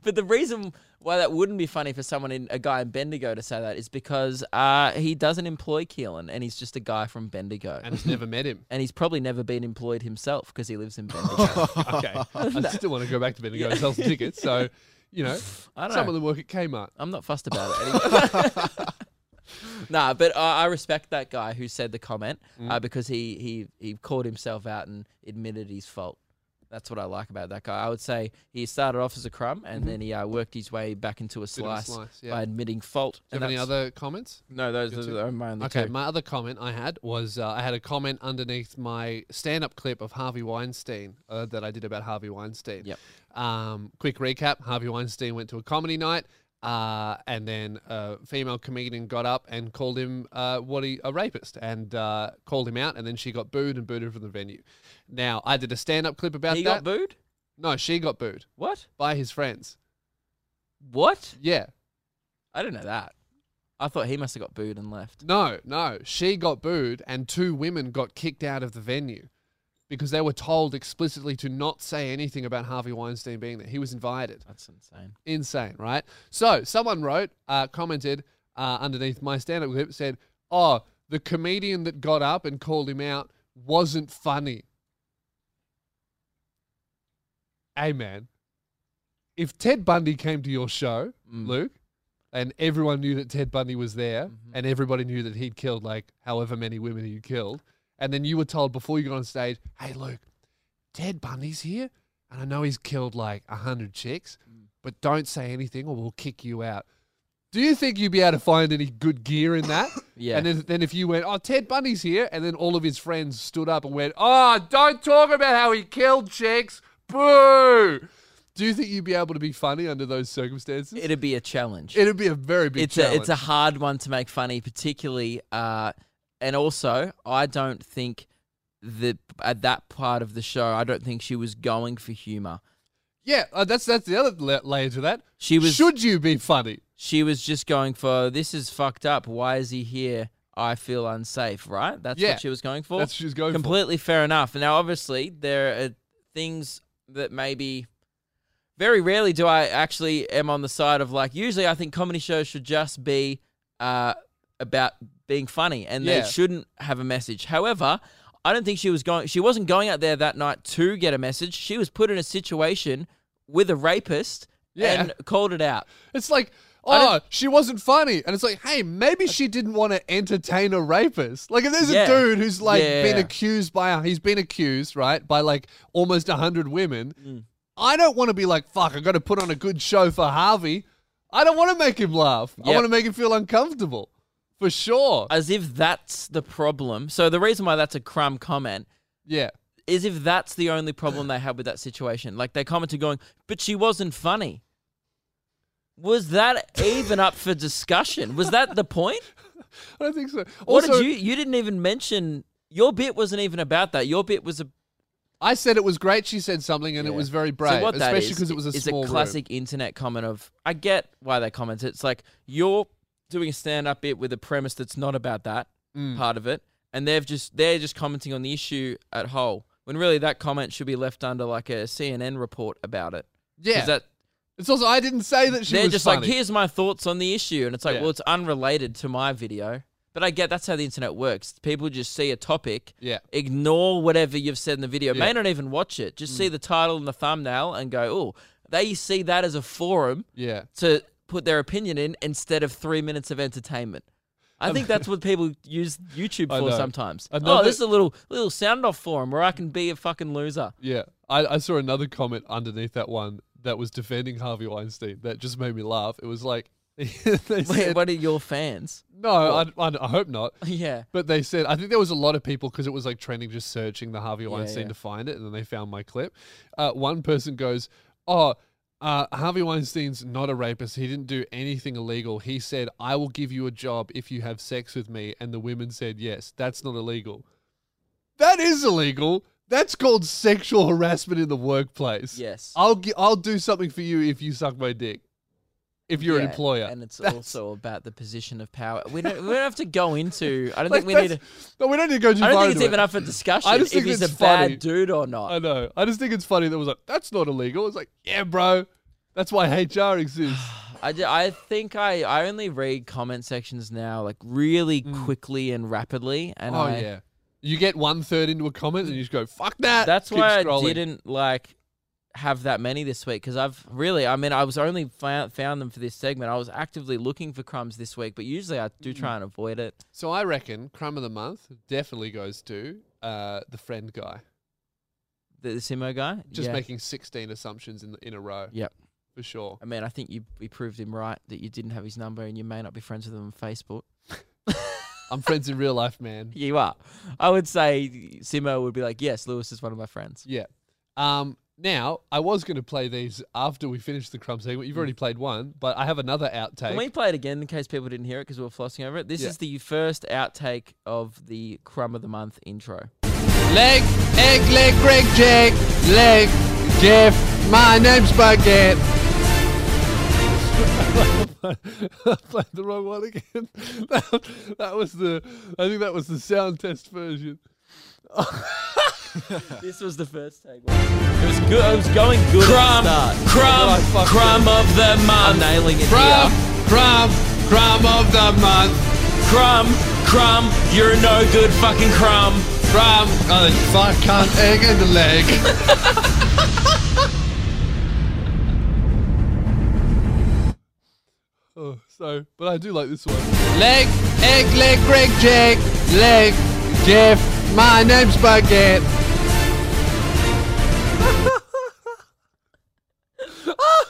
Speaker 2: but the reason why that wouldn't be funny for someone in a guy in Bendigo to say that is because uh, he doesn't employ Keelan, and he's just a guy from Bendigo,
Speaker 1: and he's never met him.
Speaker 2: and he's probably never been employed himself because he lives in Bendigo.
Speaker 1: Okay. I still want to go back to Bendigo and sell some tickets. So, you know,
Speaker 2: I don't
Speaker 1: some
Speaker 2: know.
Speaker 1: of them work at Kmart.
Speaker 2: I'm not fussed about it. Anymore. nah, but I I respect that guy who said the comment
Speaker 1: Mm.
Speaker 2: uh, because he he he called himself out and admitted his fault. That's what I like about that guy. I would say he started off as a crumb and then he uh, worked his way back into a
Speaker 1: Mm-hmm. of a
Speaker 2: slice,
Speaker 1: slice, yeah.
Speaker 2: by admitting fault.
Speaker 1: Do you have any other comments?
Speaker 2: No, those are my only
Speaker 1: Okay, my other comment I had was uh, I had a comment underneath my stand-up clip of Harvey Weinstein uh, that I did about Harvey Weinstein.
Speaker 2: Yep.
Speaker 1: Um, quick recap: Harvey Weinstein went to a comedy night, uh, and then a female comedian got up and called him uh, what he a rapist, and uh, called him out, and then she got booed and booed him from the venue. Now I did a stand-up clip about
Speaker 2: He
Speaker 1: that.
Speaker 2: got booed.
Speaker 1: No, she got booed
Speaker 2: What?
Speaker 1: by his friends.
Speaker 2: What?
Speaker 1: Yeah.
Speaker 2: I didn't know that. I thought he must have got booed and left.
Speaker 1: No, no. She got booed, and two women got kicked out of the venue because they were told explicitly to not say anything about Harvey Weinstein being there. He was invited.
Speaker 2: That's insane.
Speaker 1: Insane, right? So someone wrote, uh, commented uh, underneath my stand-up clip, said, "Oh, the comedian that got up and called him out wasn't funny." Hey, man. If Ted Bundy came to your show, Luke, and everyone knew that Ted Bundy was there, and everybody knew that he'd killed like however many women he killed, and then you were told before you got on stage, "Hey, Luke, Ted Bundy's here, and I know he's killed like a hundred chicks, but don't say anything or we'll kick you out." Do you think you'd be able to find any good gear in that?
Speaker 2: Yeah.
Speaker 1: And then, then if you went, "Oh, Ted Bundy's here," and then all of his friends stood up and went, "Oh, don't talk about how he killed chicks, boo." Do you think you'd be able to be funny under those circumstances?
Speaker 2: It'd be a challenge.
Speaker 1: It'd be a very big
Speaker 2: it's
Speaker 1: challenge.
Speaker 2: a it's a hard one to make funny, particularly uh, and also I don't think that at that part of the show I don't think she was going for humor.
Speaker 1: yeah. Uh, that's that's the other la- layer to that.
Speaker 2: She was
Speaker 1: Should you be funny?
Speaker 2: she was just going for this is fucked up. Why is he here? I feel unsafe. Right? That's
Speaker 1: Yeah.
Speaker 2: what she was going for.
Speaker 1: That's what she was going for.
Speaker 2: Completely fair enough. Now, obviously, there are things that maybe very rarely do I actually am on the side of like. Usually, I think comedy shows should just be uh, about being funny, and
Speaker 1: Yeah.
Speaker 2: they shouldn't have a message. However. I don't think she was going. She wasn't going out there that night to get a message. She was put in a situation with a rapist
Speaker 1: Yeah.
Speaker 2: and called it out.
Speaker 1: It's like, oh,
Speaker 2: I
Speaker 1: she wasn't funny. And it's like, hey, maybe she didn't want to entertain a rapist. Like, if there's a
Speaker 2: Yeah.
Speaker 1: dude who's like
Speaker 2: Yeah.
Speaker 1: been accused by, he's been accused, right, by like almost 100 women,
Speaker 2: Mm.
Speaker 1: I don't want to be like, fuck, I got to put on a good show for Harvey. I don't want to make him laugh. I
Speaker 2: Yep.
Speaker 1: want to make him feel uncomfortable. For sure.
Speaker 2: as if that's the problem. So the reason why that's a crumb comment
Speaker 1: yeah.
Speaker 2: is if that's the only problem they had with that situation. Like they commented going, but she wasn't funny. Was that even up for discussion? Was that the point?
Speaker 1: I don't think so.
Speaker 2: What
Speaker 1: Also,
Speaker 2: did you you didn't even mention your bit wasn't even about that. Your bit was a
Speaker 1: I said it was great. She said something, and it was very brave,
Speaker 2: so what that
Speaker 1: especially
Speaker 2: is,
Speaker 1: because it was a
Speaker 2: is
Speaker 1: small room.
Speaker 2: classic internet comment of I get why they comment. It's like you're doing a stand up bit with a premise that's not about that
Speaker 1: Mm.
Speaker 2: part of it, and they've just they're just commenting on the issue at whole. When really that comment should be left under like a CNN report about it. 'Cause
Speaker 1: Yeah,
Speaker 2: that-
Speaker 1: it's also I didn't say that she
Speaker 2: they're
Speaker 1: was
Speaker 2: just
Speaker 1: funny.
Speaker 2: like, here's my thoughts on the issue, and it's like,
Speaker 1: Yeah.
Speaker 2: well, it's unrelated to my video. But I get that's how the internet works. People just see a topic,
Speaker 1: Yeah.
Speaker 2: ignore whatever you've said in the video,
Speaker 1: Yeah. Mm.
Speaker 2: may not even watch it. Just see the title and the thumbnail and go, oh, they see that as a forum
Speaker 1: yeah,
Speaker 2: to put their opinion in instead of three minutes of entertainment. I think that's what people use YouTube
Speaker 1: I
Speaker 2: for
Speaker 1: know.
Speaker 2: sometimes.
Speaker 1: Another-
Speaker 2: Oh, this is a little little sound off forum where I can be a fucking loser.
Speaker 1: Yeah, I, I saw another comment underneath that one that was defending Harvey Weinstein that just made me laugh. It was like, they
Speaker 2: Wait,
Speaker 1: said,
Speaker 2: what are your fans?
Speaker 1: no, I, I, I hope not.
Speaker 2: yeah.
Speaker 1: But they said, I think there was a lot of people because it was like trending, just searching the Harvey Weinstein
Speaker 2: yeah.
Speaker 1: to find it, and then they found my clip. Uh, one person goes, "Oh, uh, Harvey Weinstein's not a rapist. He didn't do anything illegal. He said, I will give you a job if you have sex with me,' and the women said, yes, that's not illegal. That is illegal." That's called sexual harassment in the workplace.
Speaker 2: Yes.
Speaker 1: I'll gi- I'll do something for you if you suck my dick. If you're an
Speaker 2: Yeah,
Speaker 1: employer.
Speaker 2: and it's
Speaker 1: That's-
Speaker 2: also about the position of power. We don't, we don't have to go into. I don't
Speaker 1: like,
Speaker 2: think we need.
Speaker 1: that's-
Speaker 2: To,
Speaker 1: no, we don't need to go too far
Speaker 2: I don't think it's
Speaker 1: into
Speaker 2: even
Speaker 1: it.
Speaker 2: up for discussion
Speaker 1: I just
Speaker 2: if
Speaker 1: think
Speaker 2: he's a
Speaker 1: it's funny.
Speaker 2: bad dude or not.
Speaker 1: I know. I just think it's funny that was like, that's not illegal. It's like, yeah, bro. That's why HR exists.
Speaker 2: I, ju- I think I, I only read comment sections now like really quickly and rapidly, and
Speaker 1: Mm. oh,
Speaker 2: I,
Speaker 1: yeah. You get one third into a comment and you just go, fuck that.
Speaker 2: that's
Speaker 1: Keep
Speaker 2: why I
Speaker 1: scrolling.
Speaker 2: didn't like have that many this week because I've really I mean I was only found found them for this segment. I was actively looking for crumbs this week, but usually I
Speaker 1: Mm.
Speaker 2: do try and avoid it.
Speaker 1: So I reckon crumb of the month definitely goes to uh, the friend guy.
Speaker 2: The, the Simo guy,
Speaker 1: Just
Speaker 2: yeah.
Speaker 1: making 16 assumptions in, in a row.
Speaker 2: Yep.
Speaker 1: For sure.
Speaker 2: I mean, I think you we proved him right that you didn't have his number and you may not be friends with him on Facebook.
Speaker 1: I'm friends in real life, man.
Speaker 2: You are. I would say Simo would be like, yes, Lewis is one of my friends.
Speaker 1: Yeah. Um, now, I was going to play these after we finish the crumb segment. You've already played one, but I have another outtake.
Speaker 2: Can we play it again in case people didn't hear it because we were flossing over it? This
Speaker 1: Yeah.
Speaker 2: is the first outtake of the Crumb of the Month intro.
Speaker 1: Leg, egg, leg, Greg, Jack, leg, Jeff, my name's Baguette. I played the wrong one again. That, that was the, I think that was the sound test version.
Speaker 2: this was the first take. It was good. It was going good. Crumb, crumb, crumb of the month. I'm nailing it.
Speaker 1: Crumb,
Speaker 2: here.
Speaker 1: crumb, crumb of the month.
Speaker 2: crumb, crumb. You're no good, fucking crumb.
Speaker 1: Crumb, oh, the fuck, cunt, egg, and the leg. oh, so, but I do like this one. Leg, egg, leg, Greg, Jack, leg, Jeff, my name's Baguette.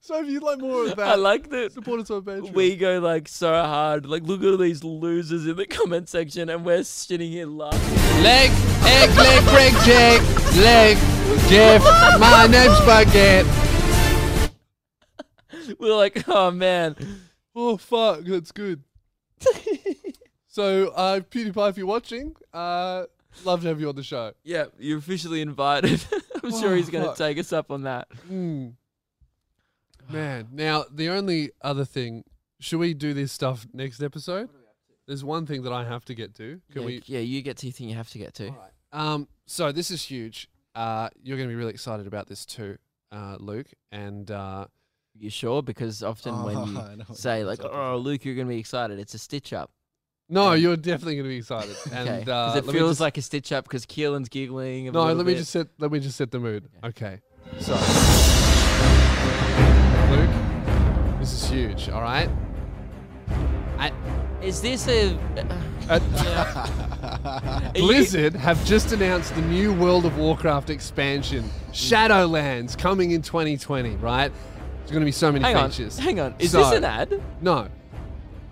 Speaker 1: so if you'd like more of that,
Speaker 2: I like that.
Speaker 1: support us on Patreon.
Speaker 2: we go like so hard. Like, look at all these losers in the comment section, and we're sitting here laughing.
Speaker 1: Leg, egg, leg, Greg, Jack, leg, Jeff, my name's Baguette.
Speaker 2: We're like, oh man.
Speaker 1: Oh, fuck, that's good. so, uh, PewDiePie, if you're watching, uh, love to have you on the show.
Speaker 2: Yeah, you're officially invited. I'm sure he's going to
Speaker 1: fuck.
Speaker 2: take us up on that.
Speaker 1: Mm. Man, now the only other thing, should we do this stuff next episode? There's one thing that I have to get to. Can
Speaker 2: yeah,
Speaker 1: we?
Speaker 2: yeah, you get to your thing you have to get to.
Speaker 1: Um, so this is huge. Uh, you're going to be really excited about this too, uh, Luke. And uh,
Speaker 2: You sure? Because often
Speaker 3: Oh,
Speaker 2: when
Speaker 3: I know
Speaker 2: you
Speaker 3: what
Speaker 2: say
Speaker 3: you're
Speaker 2: like,
Speaker 3: talking
Speaker 2: "Oh, Luke, you're gonna be excited," it's a stitch up.
Speaker 1: no, you're definitely going to be excited. And
Speaker 2: Okay,
Speaker 1: uh,
Speaker 2: because
Speaker 1: let
Speaker 2: it
Speaker 1: me
Speaker 2: feels
Speaker 1: just-
Speaker 2: like a stitch up because Keelan's giggling. a
Speaker 1: no.
Speaker 2: little
Speaker 1: Let me
Speaker 2: bit.
Speaker 1: just set. Let me just set the mood. Okay. So, Luke, this is huge. All right. I,
Speaker 2: Is this a? uh,
Speaker 1: at,
Speaker 2: are you-
Speaker 1: Blizzard have just announced the new World of Warcraft expansion, Shadowlands, coming in 2020, right? There's going to be so many
Speaker 2: hang on,
Speaker 1: features.
Speaker 2: hang on. Is
Speaker 1: So-
Speaker 2: this an ad?
Speaker 1: No.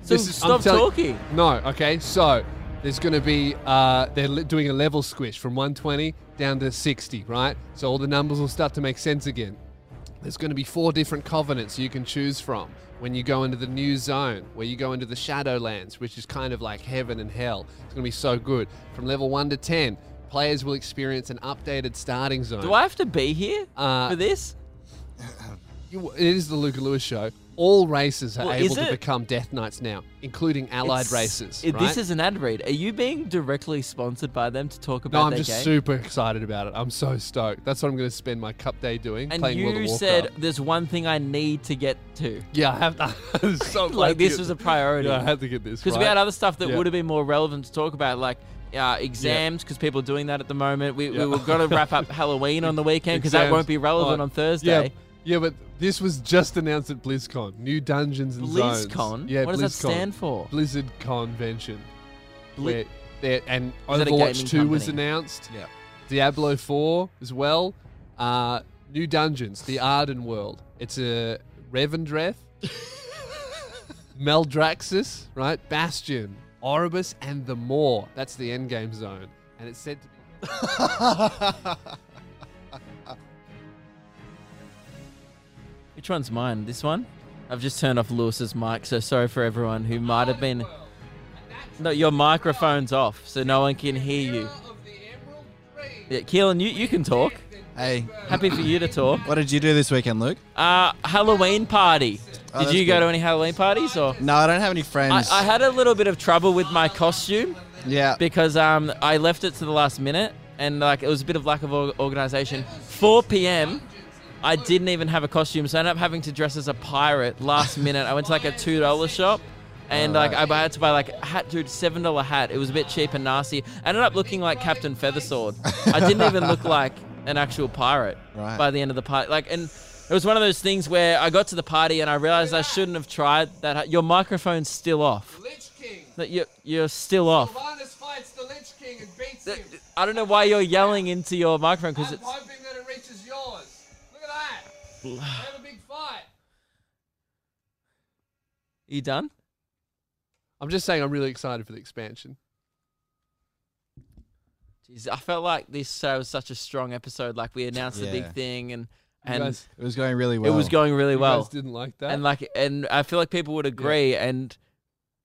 Speaker 2: So
Speaker 1: I'm
Speaker 2: stop
Speaker 1: telling-
Speaker 2: talking.
Speaker 1: No, okay, so there's going to be, uh, they're li- doing a level squish from 120 down to 60, right? So all the numbers will start to make sense again. There's going to be four different covenants you can choose from when you go into the new zone, where you go into the Shadowlands, which is kind of like heaven and hell. It's going to be so good. From level 1 to 10, players will experience an updated starting zone.
Speaker 2: Do I have to be here
Speaker 1: Uh,
Speaker 2: for this?
Speaker 1: You- It is the Luca Lewis show. All races are
Speaker 2: Well,
Speaker 1: able
Speaker 2: is
Speaker 1: to
Speaker 2: it?
Speaker 1: become Death Knights now, including allied
Speaker 2: It's-
Speaker 1: races.
Speaker 2: it-
Speaker 1: right?
Speaker 2: This is an ad read. Are you being directly sponsored by them to
Speaker 1: No,
Speaker 2: talk about
Speaker 1: I'm
Speaker 2: their
Speaker 1: just
Speaker 2: game?
Speaker 1: super excited about it. I'm so stoked. That's what I'm going to spend my cup day doing,
Speaker 2: and
Speaker 1: playing World of
Speaker 2: you
Speaker 1: Warcraft.
Speaker 2: said there's one thing I need to get to.
Speaker 1: yeah, I have to. I'm so glad to
Speaker 2: Like this
Speaker 1: get-
Speaker 2: was a priority.
Speaker 1: Yeah, I had to get this
Speaker 2: Because
Speaker 1: right.
Speaker 2: we had other stuff that
Speaker 1: Yeah.
Speaker 2: would have been more relevant to talk about, like uh, exams, because people are doing that at the moment. We,
Speaker 1: Yeah.
Speaker 2: we were going to wrap up Halloween on the weekend because that
Speaker 1: Exams.
Speaker 2: won't be relevant
Speaker 1: Oh,
Speaker 2: on
Speaker 1: yeah,
Speaker 2: Thursday.
Speaker 1: yeah, but this was just announced at BlizzCon. New dungeons and zones.
Speaker 2: BlizzCon?
Speaker 1: Yeah,
Speaker 2: what
Speaker 1: BlizzCon.
Speaker 2: does that stand for?
Speaker 1: Blizzard Convention.
Speaker 2: Bli-
Speaker 1: where there- and
Speaker 2: that a
Speaker 1: Overwatch
Speaker 2: gaming
Speaker 1: 2 was
Speaker 2: company?
Speaker 1: announced.
Speaker 3: Yeah.
Speaker 1: Diablo 4 as well. Uh, new dungeons, the Arden World. It's a Revendreth, Meldraxxus, right? Bastion, Oribus, and the Moor. That's the endgame zone, and it's said to be.
Speaker 2: Which one's mine? This one? I've just turned off Lewis's mic, so sorry for everyone who might have been. No, your microphone's off, so no one can hear you. Yeah, Keelan, you, you can talk.
Speaker 3: Hey,
Speaker 2: Happy for you to talk.
Speaker 3: what did you do this weekend, Luke?
Speaker 2: Uh, Halloween party.
Speaker 3: Oh,
Speaker 2: Did
Speaker 3: that's
Speaker 2: you go
Speaker 3: good.
Speaker 2: to any Halloween parties or?
Speaker 3: No, I don't have any
Speaker 2: I,
Speaker 3: friends.
Speaker 2: I had a little bit of trouble with my costume
Speaker 3: yeah.
Speaker 2: because um, I left it to the last minute and like it was a bit of lack of or- organization. 4 p.m. I didn't even have a costume, so I ended up having to dress as a pirate last minute. I went to like a two dollar shop. And like I I had to buy like a hat, dude, seven dollar hat. It was a bit cheap and nasty. I ended up looking like Captain Feathersword. I didn't even look like an actual pirate
Speaker 3: Right.
Speaker 2: by the end of the party. Like, and it was one of those things where I got to the party and I realized I shouldn't have tried that. hat. Your microphone's still off.
Speaker 7: Lich King.
Speaker 2: That you're, you're still off.
Speaker 7: Sylvanas fights the Lich King and beats
Speaker 2: Th-
Speaker 7: him.
Speaker 2: I don't know why you're yelling into your microphone because
Speaker 7: I'm
Speaker 2: it's.
Speaker 7: hoping that it reaches yours. Look at that. They have a big fight.
Speaker 2: You done?
Speaker 1: I'm just saying, I'm really excited for the expansion.
Speaker 2: Jeez, I felt like this uh, was such a strong episode. Like we announced the
Speaker 3: Yeah.
Speaker 2: big thing and
Speaker 1: You
Speaker 2: and
Speaker 1: guys,
Speaker 3: It was going really well.
Speaker 2: it was going really
Speaker 1: you
Speaker 2: well.
Speaker 1: guys didn't like that.
Speaker 2: And like and I feel like people would agree and.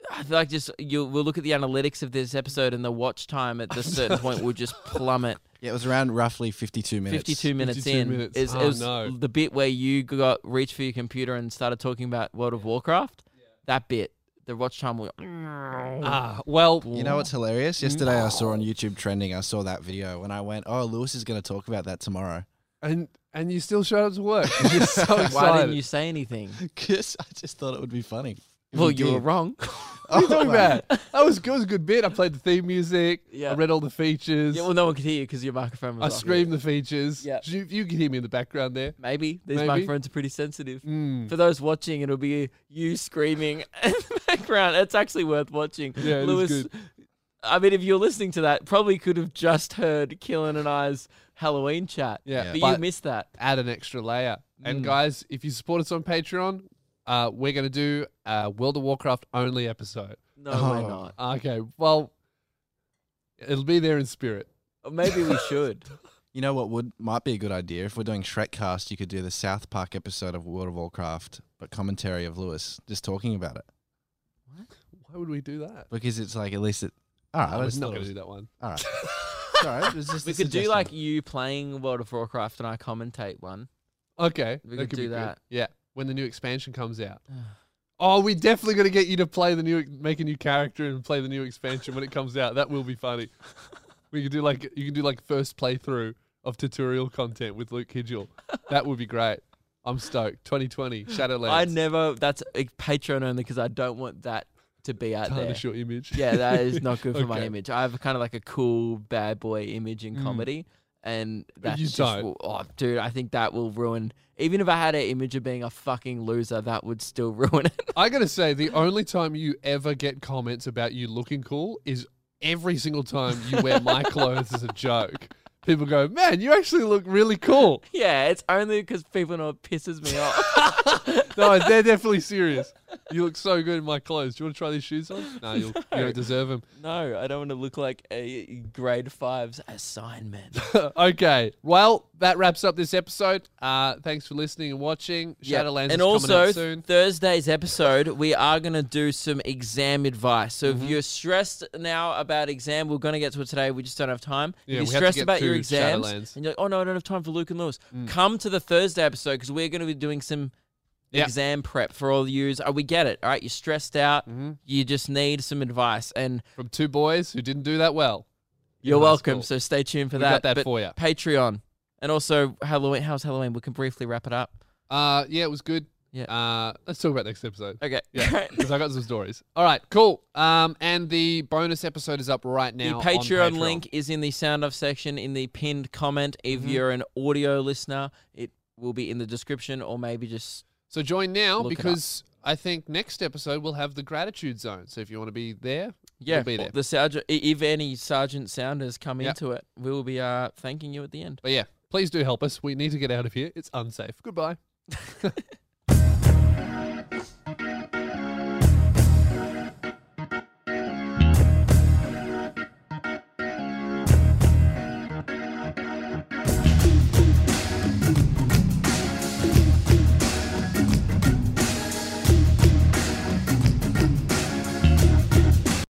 Speaker 2: I feel like just you. We'll look at the analytics of this episode, and the watch time at this certain point will just plummet.
Speaker 3: Yeah, it was around roughly 52 minutes.
Speaker 2: 52 minutes
Speaker 1: 52
Speaker 2: in
Speaker 1: minutes.
Speaker 2: is
Speaker 1: Oh,
Speaker 2: is
Speaker 1: no.
Speaker 2: the bit where you got reached for your computer and started talking about World of Warcraft. That bit, the watch time will.
Speaker 1: ah, well,
Speaker 3: You know what's
Speaker 2: Mm-hmm.
Speaker 3: hilarious? Yesterday I saw on YouTube trending, I saw that video and I went, oh, Lewis is going to talk about that tomorrow.
Speaker 1: and and you still showed up to work. You're so excited.
Speaker 2: Why didn't you say anything?
Speaker 3: Because I just thought it would be funny. If
Speaker 2: Well,
Speaker 3: he
Speaker 2: you were
Speaker 3: did.
Speaker 2: wrong.
Speaker 1: What are you talking
Speaker 3: Oh, wow.
Speaker 1: about? That was, that was a good bit. I played the theme music. I
Speaker 2: Yeah.
Speaker 1: read all the features.
Speaker 2: yeah, well, no one could hear you because your microphone was
Speaker 1: I
Speaker 2: off.
Speaker 1: screamed the features.
Speaker 2: Yeah.
Speaker 1: You, you can hear me in the background there.
Speaker 2: Maybe these
Speaker 1: Maybe. Mm.
Speaker 2: microphones are pretty sensitive. For those watching, it'll be you screaming in the background. It's actually worth watching.
Speaker 1: Yeah, it is
Speaker 2: Lewis.
Speaker 1: good.
Speaker 2: I mean, if you're listening to that, probably could have just heard Killen and I's Halloween chat.
Speaker 1: Yeah,
Speaker 2: but, you Hmm.
Speaker 1: but-
Speaker 2: missed that.
Speaker 1: Add an extra layer. And guys, if you support us on Patreon, uh, we're going to do a World of Warcraft only episode.
Speaker 2: No,
Speaker 3: Oh.
Speaker 2: we're not.
Speaker 1: Okay, well, it'll be there in spirit.
Speaker 2: Or maybe we should.
Speaker 3: You know what would might be a good idea if we're doing Shrekcast, you could do the South Park episode of World of Warcraft, but commentary of Lewis, just talking about it
Speaker 1: Why would we do that?
Speaker 3: because it's like at least it. All right,
Speaker 1: I
Speaker 3: I
Speaker 1: was
Speaker 3: just
Speaker 1: not
Speaker 3: thought it
Speaker 1: going to do
Speaker 3: was-
Speaker 1: that one.
Speaker 3: All right, sorry. it was just
Speaker 2: We
Speaker 3: a
Speaker 2: could do
Speaker 3: suggestion.
Speaker 2: like you playing World of Warcraft and I commentate one.
Speaker 1: Okay,
Speaker 2: We
Speaker 1: that
Speaker 2: could
Speaker 1: could
Speaker 2: do
Speaker 1: be good.
Speaker 2: that.
Speaker 1: Yeah, when the new expansion comes out. oh, we definitely got to get you to play the new, make a new character and play the new expansion when it comes out. That will be funny. we could do like you can do like first playthrough of tutorial content with Luke Hidgel. that would be great. I'm stoked. 2020 Shadowlands.
Speaker 2: I never. That's a Patreon only because I don't want that to be out there.
Speaker 1: tarnish your image.
Speaker 2: Yeah, that is not good for my
Speaker 1: Okay.
Speaker 2: image. I have kind of like a cool bad boy image in comedy, and that's
Speaker 1: you
Speaker 2: just
Speaker 1: don't.
Speaker 2: will- oh, dude. I think that will ruin. Even if I had an image of being a fucking loser, that would still ruin it.
Speaker 1: I gotta say, the only time you ever get comments about you looking cool is every single time you wear my clothes as a joke. People go, man, you actually look really cool.
Speaker 2: yeah, it's only because people know it pisses me off.
Speaker 1: No, they're definitely serious. You look so good in my clothes. Do you want to try these shoes on? No, you'll, you don't deserve them.
Speaker 2: no, I don't want to look like a grade five's assignment.
Speaker 1: okay. Well, that wraps up this episode. Uh, thanks for listening and watching.
Speaker 2: Yeah,
Speaker 1: Shadowlands is
Speaker 2: and
Speaker 1: coming
Speaker 2: also
Speaker 1: out soon.
Speaker 2: Thursday's episode, we are going to do some exam advice. So
Speaker 1: Mm-hmm.
Speaker 2: if you're stressed now about exam, we're going to get to it today. We just don't have time.
Speaker 1: Yeah,
Speaker 2: if
Speaker 1: we
Speaker 2: you're
Speaker 1: have to
Speaker 2: stressed
Speaker 1: get
Speaker 2: about your
Speaker 1: to
Speaker 2: exams,
Speaker 1: Shadowlands. Mm.
Speaker 2: and you're like, oh no, I don't have time for Luke and Lewis. Come to the Thursday episode because we're going to be doing some.
Speaker 1: Yeah.
Speaker 2: Exam prep for all yous. Oh, we get it. All right, you're stressed out.
Speaker 1: Mm-hmm.
Speaker 2: You just need some advice, and
Speaker 1: From two boys who didn't do that well.
Speaker 2: you're
Speaker 1: high
Speaker 2: welcome.
Speaker 1: school.
Speaker 2: So stay tuned for
Speaker 1: We
Speaker 2: that.
Speaker 1: got that
Speaker 2: But
Speaker 1: for ya.
Speaker 2: Patreon, and also Halloween. How's Halloween? We can briefly wrap it up.
Speaker 1: Uh, yeah, it was good.
Speaker 2: Yeah.
Speaker 1: Uh, let's talk about next episode.
Speaker 2: Okay.
Speaker 1: Yeah, because I got some stories. All right, cool. Um, and the bonus episode is up right
Speaker 2: The
Speaker 1: now. on
Speaker 2: Patreon
Speaker 1: Patreon.
Speaker 2: link is in the sound off section in the pinned comment. If you're an audio listener, it will be in the description or maybe just
Speaker 1: So join now
Speaker 2: Look it up.
Speaker 1: because I think next episode we'll have the gratitude zone. So if you want to be there,
Speaker 2: yeah.
Speaker 1: you'll be there.
Speaker 2: The sergeant, i- if any sergeant sounders come
Speaker 1: Yeah.
Speaker 2: into it, we will be uh, thanking you at the end.
Speaker 1: But yeah, please do help us. We need to get out of here. It's unsafe. Goodbye.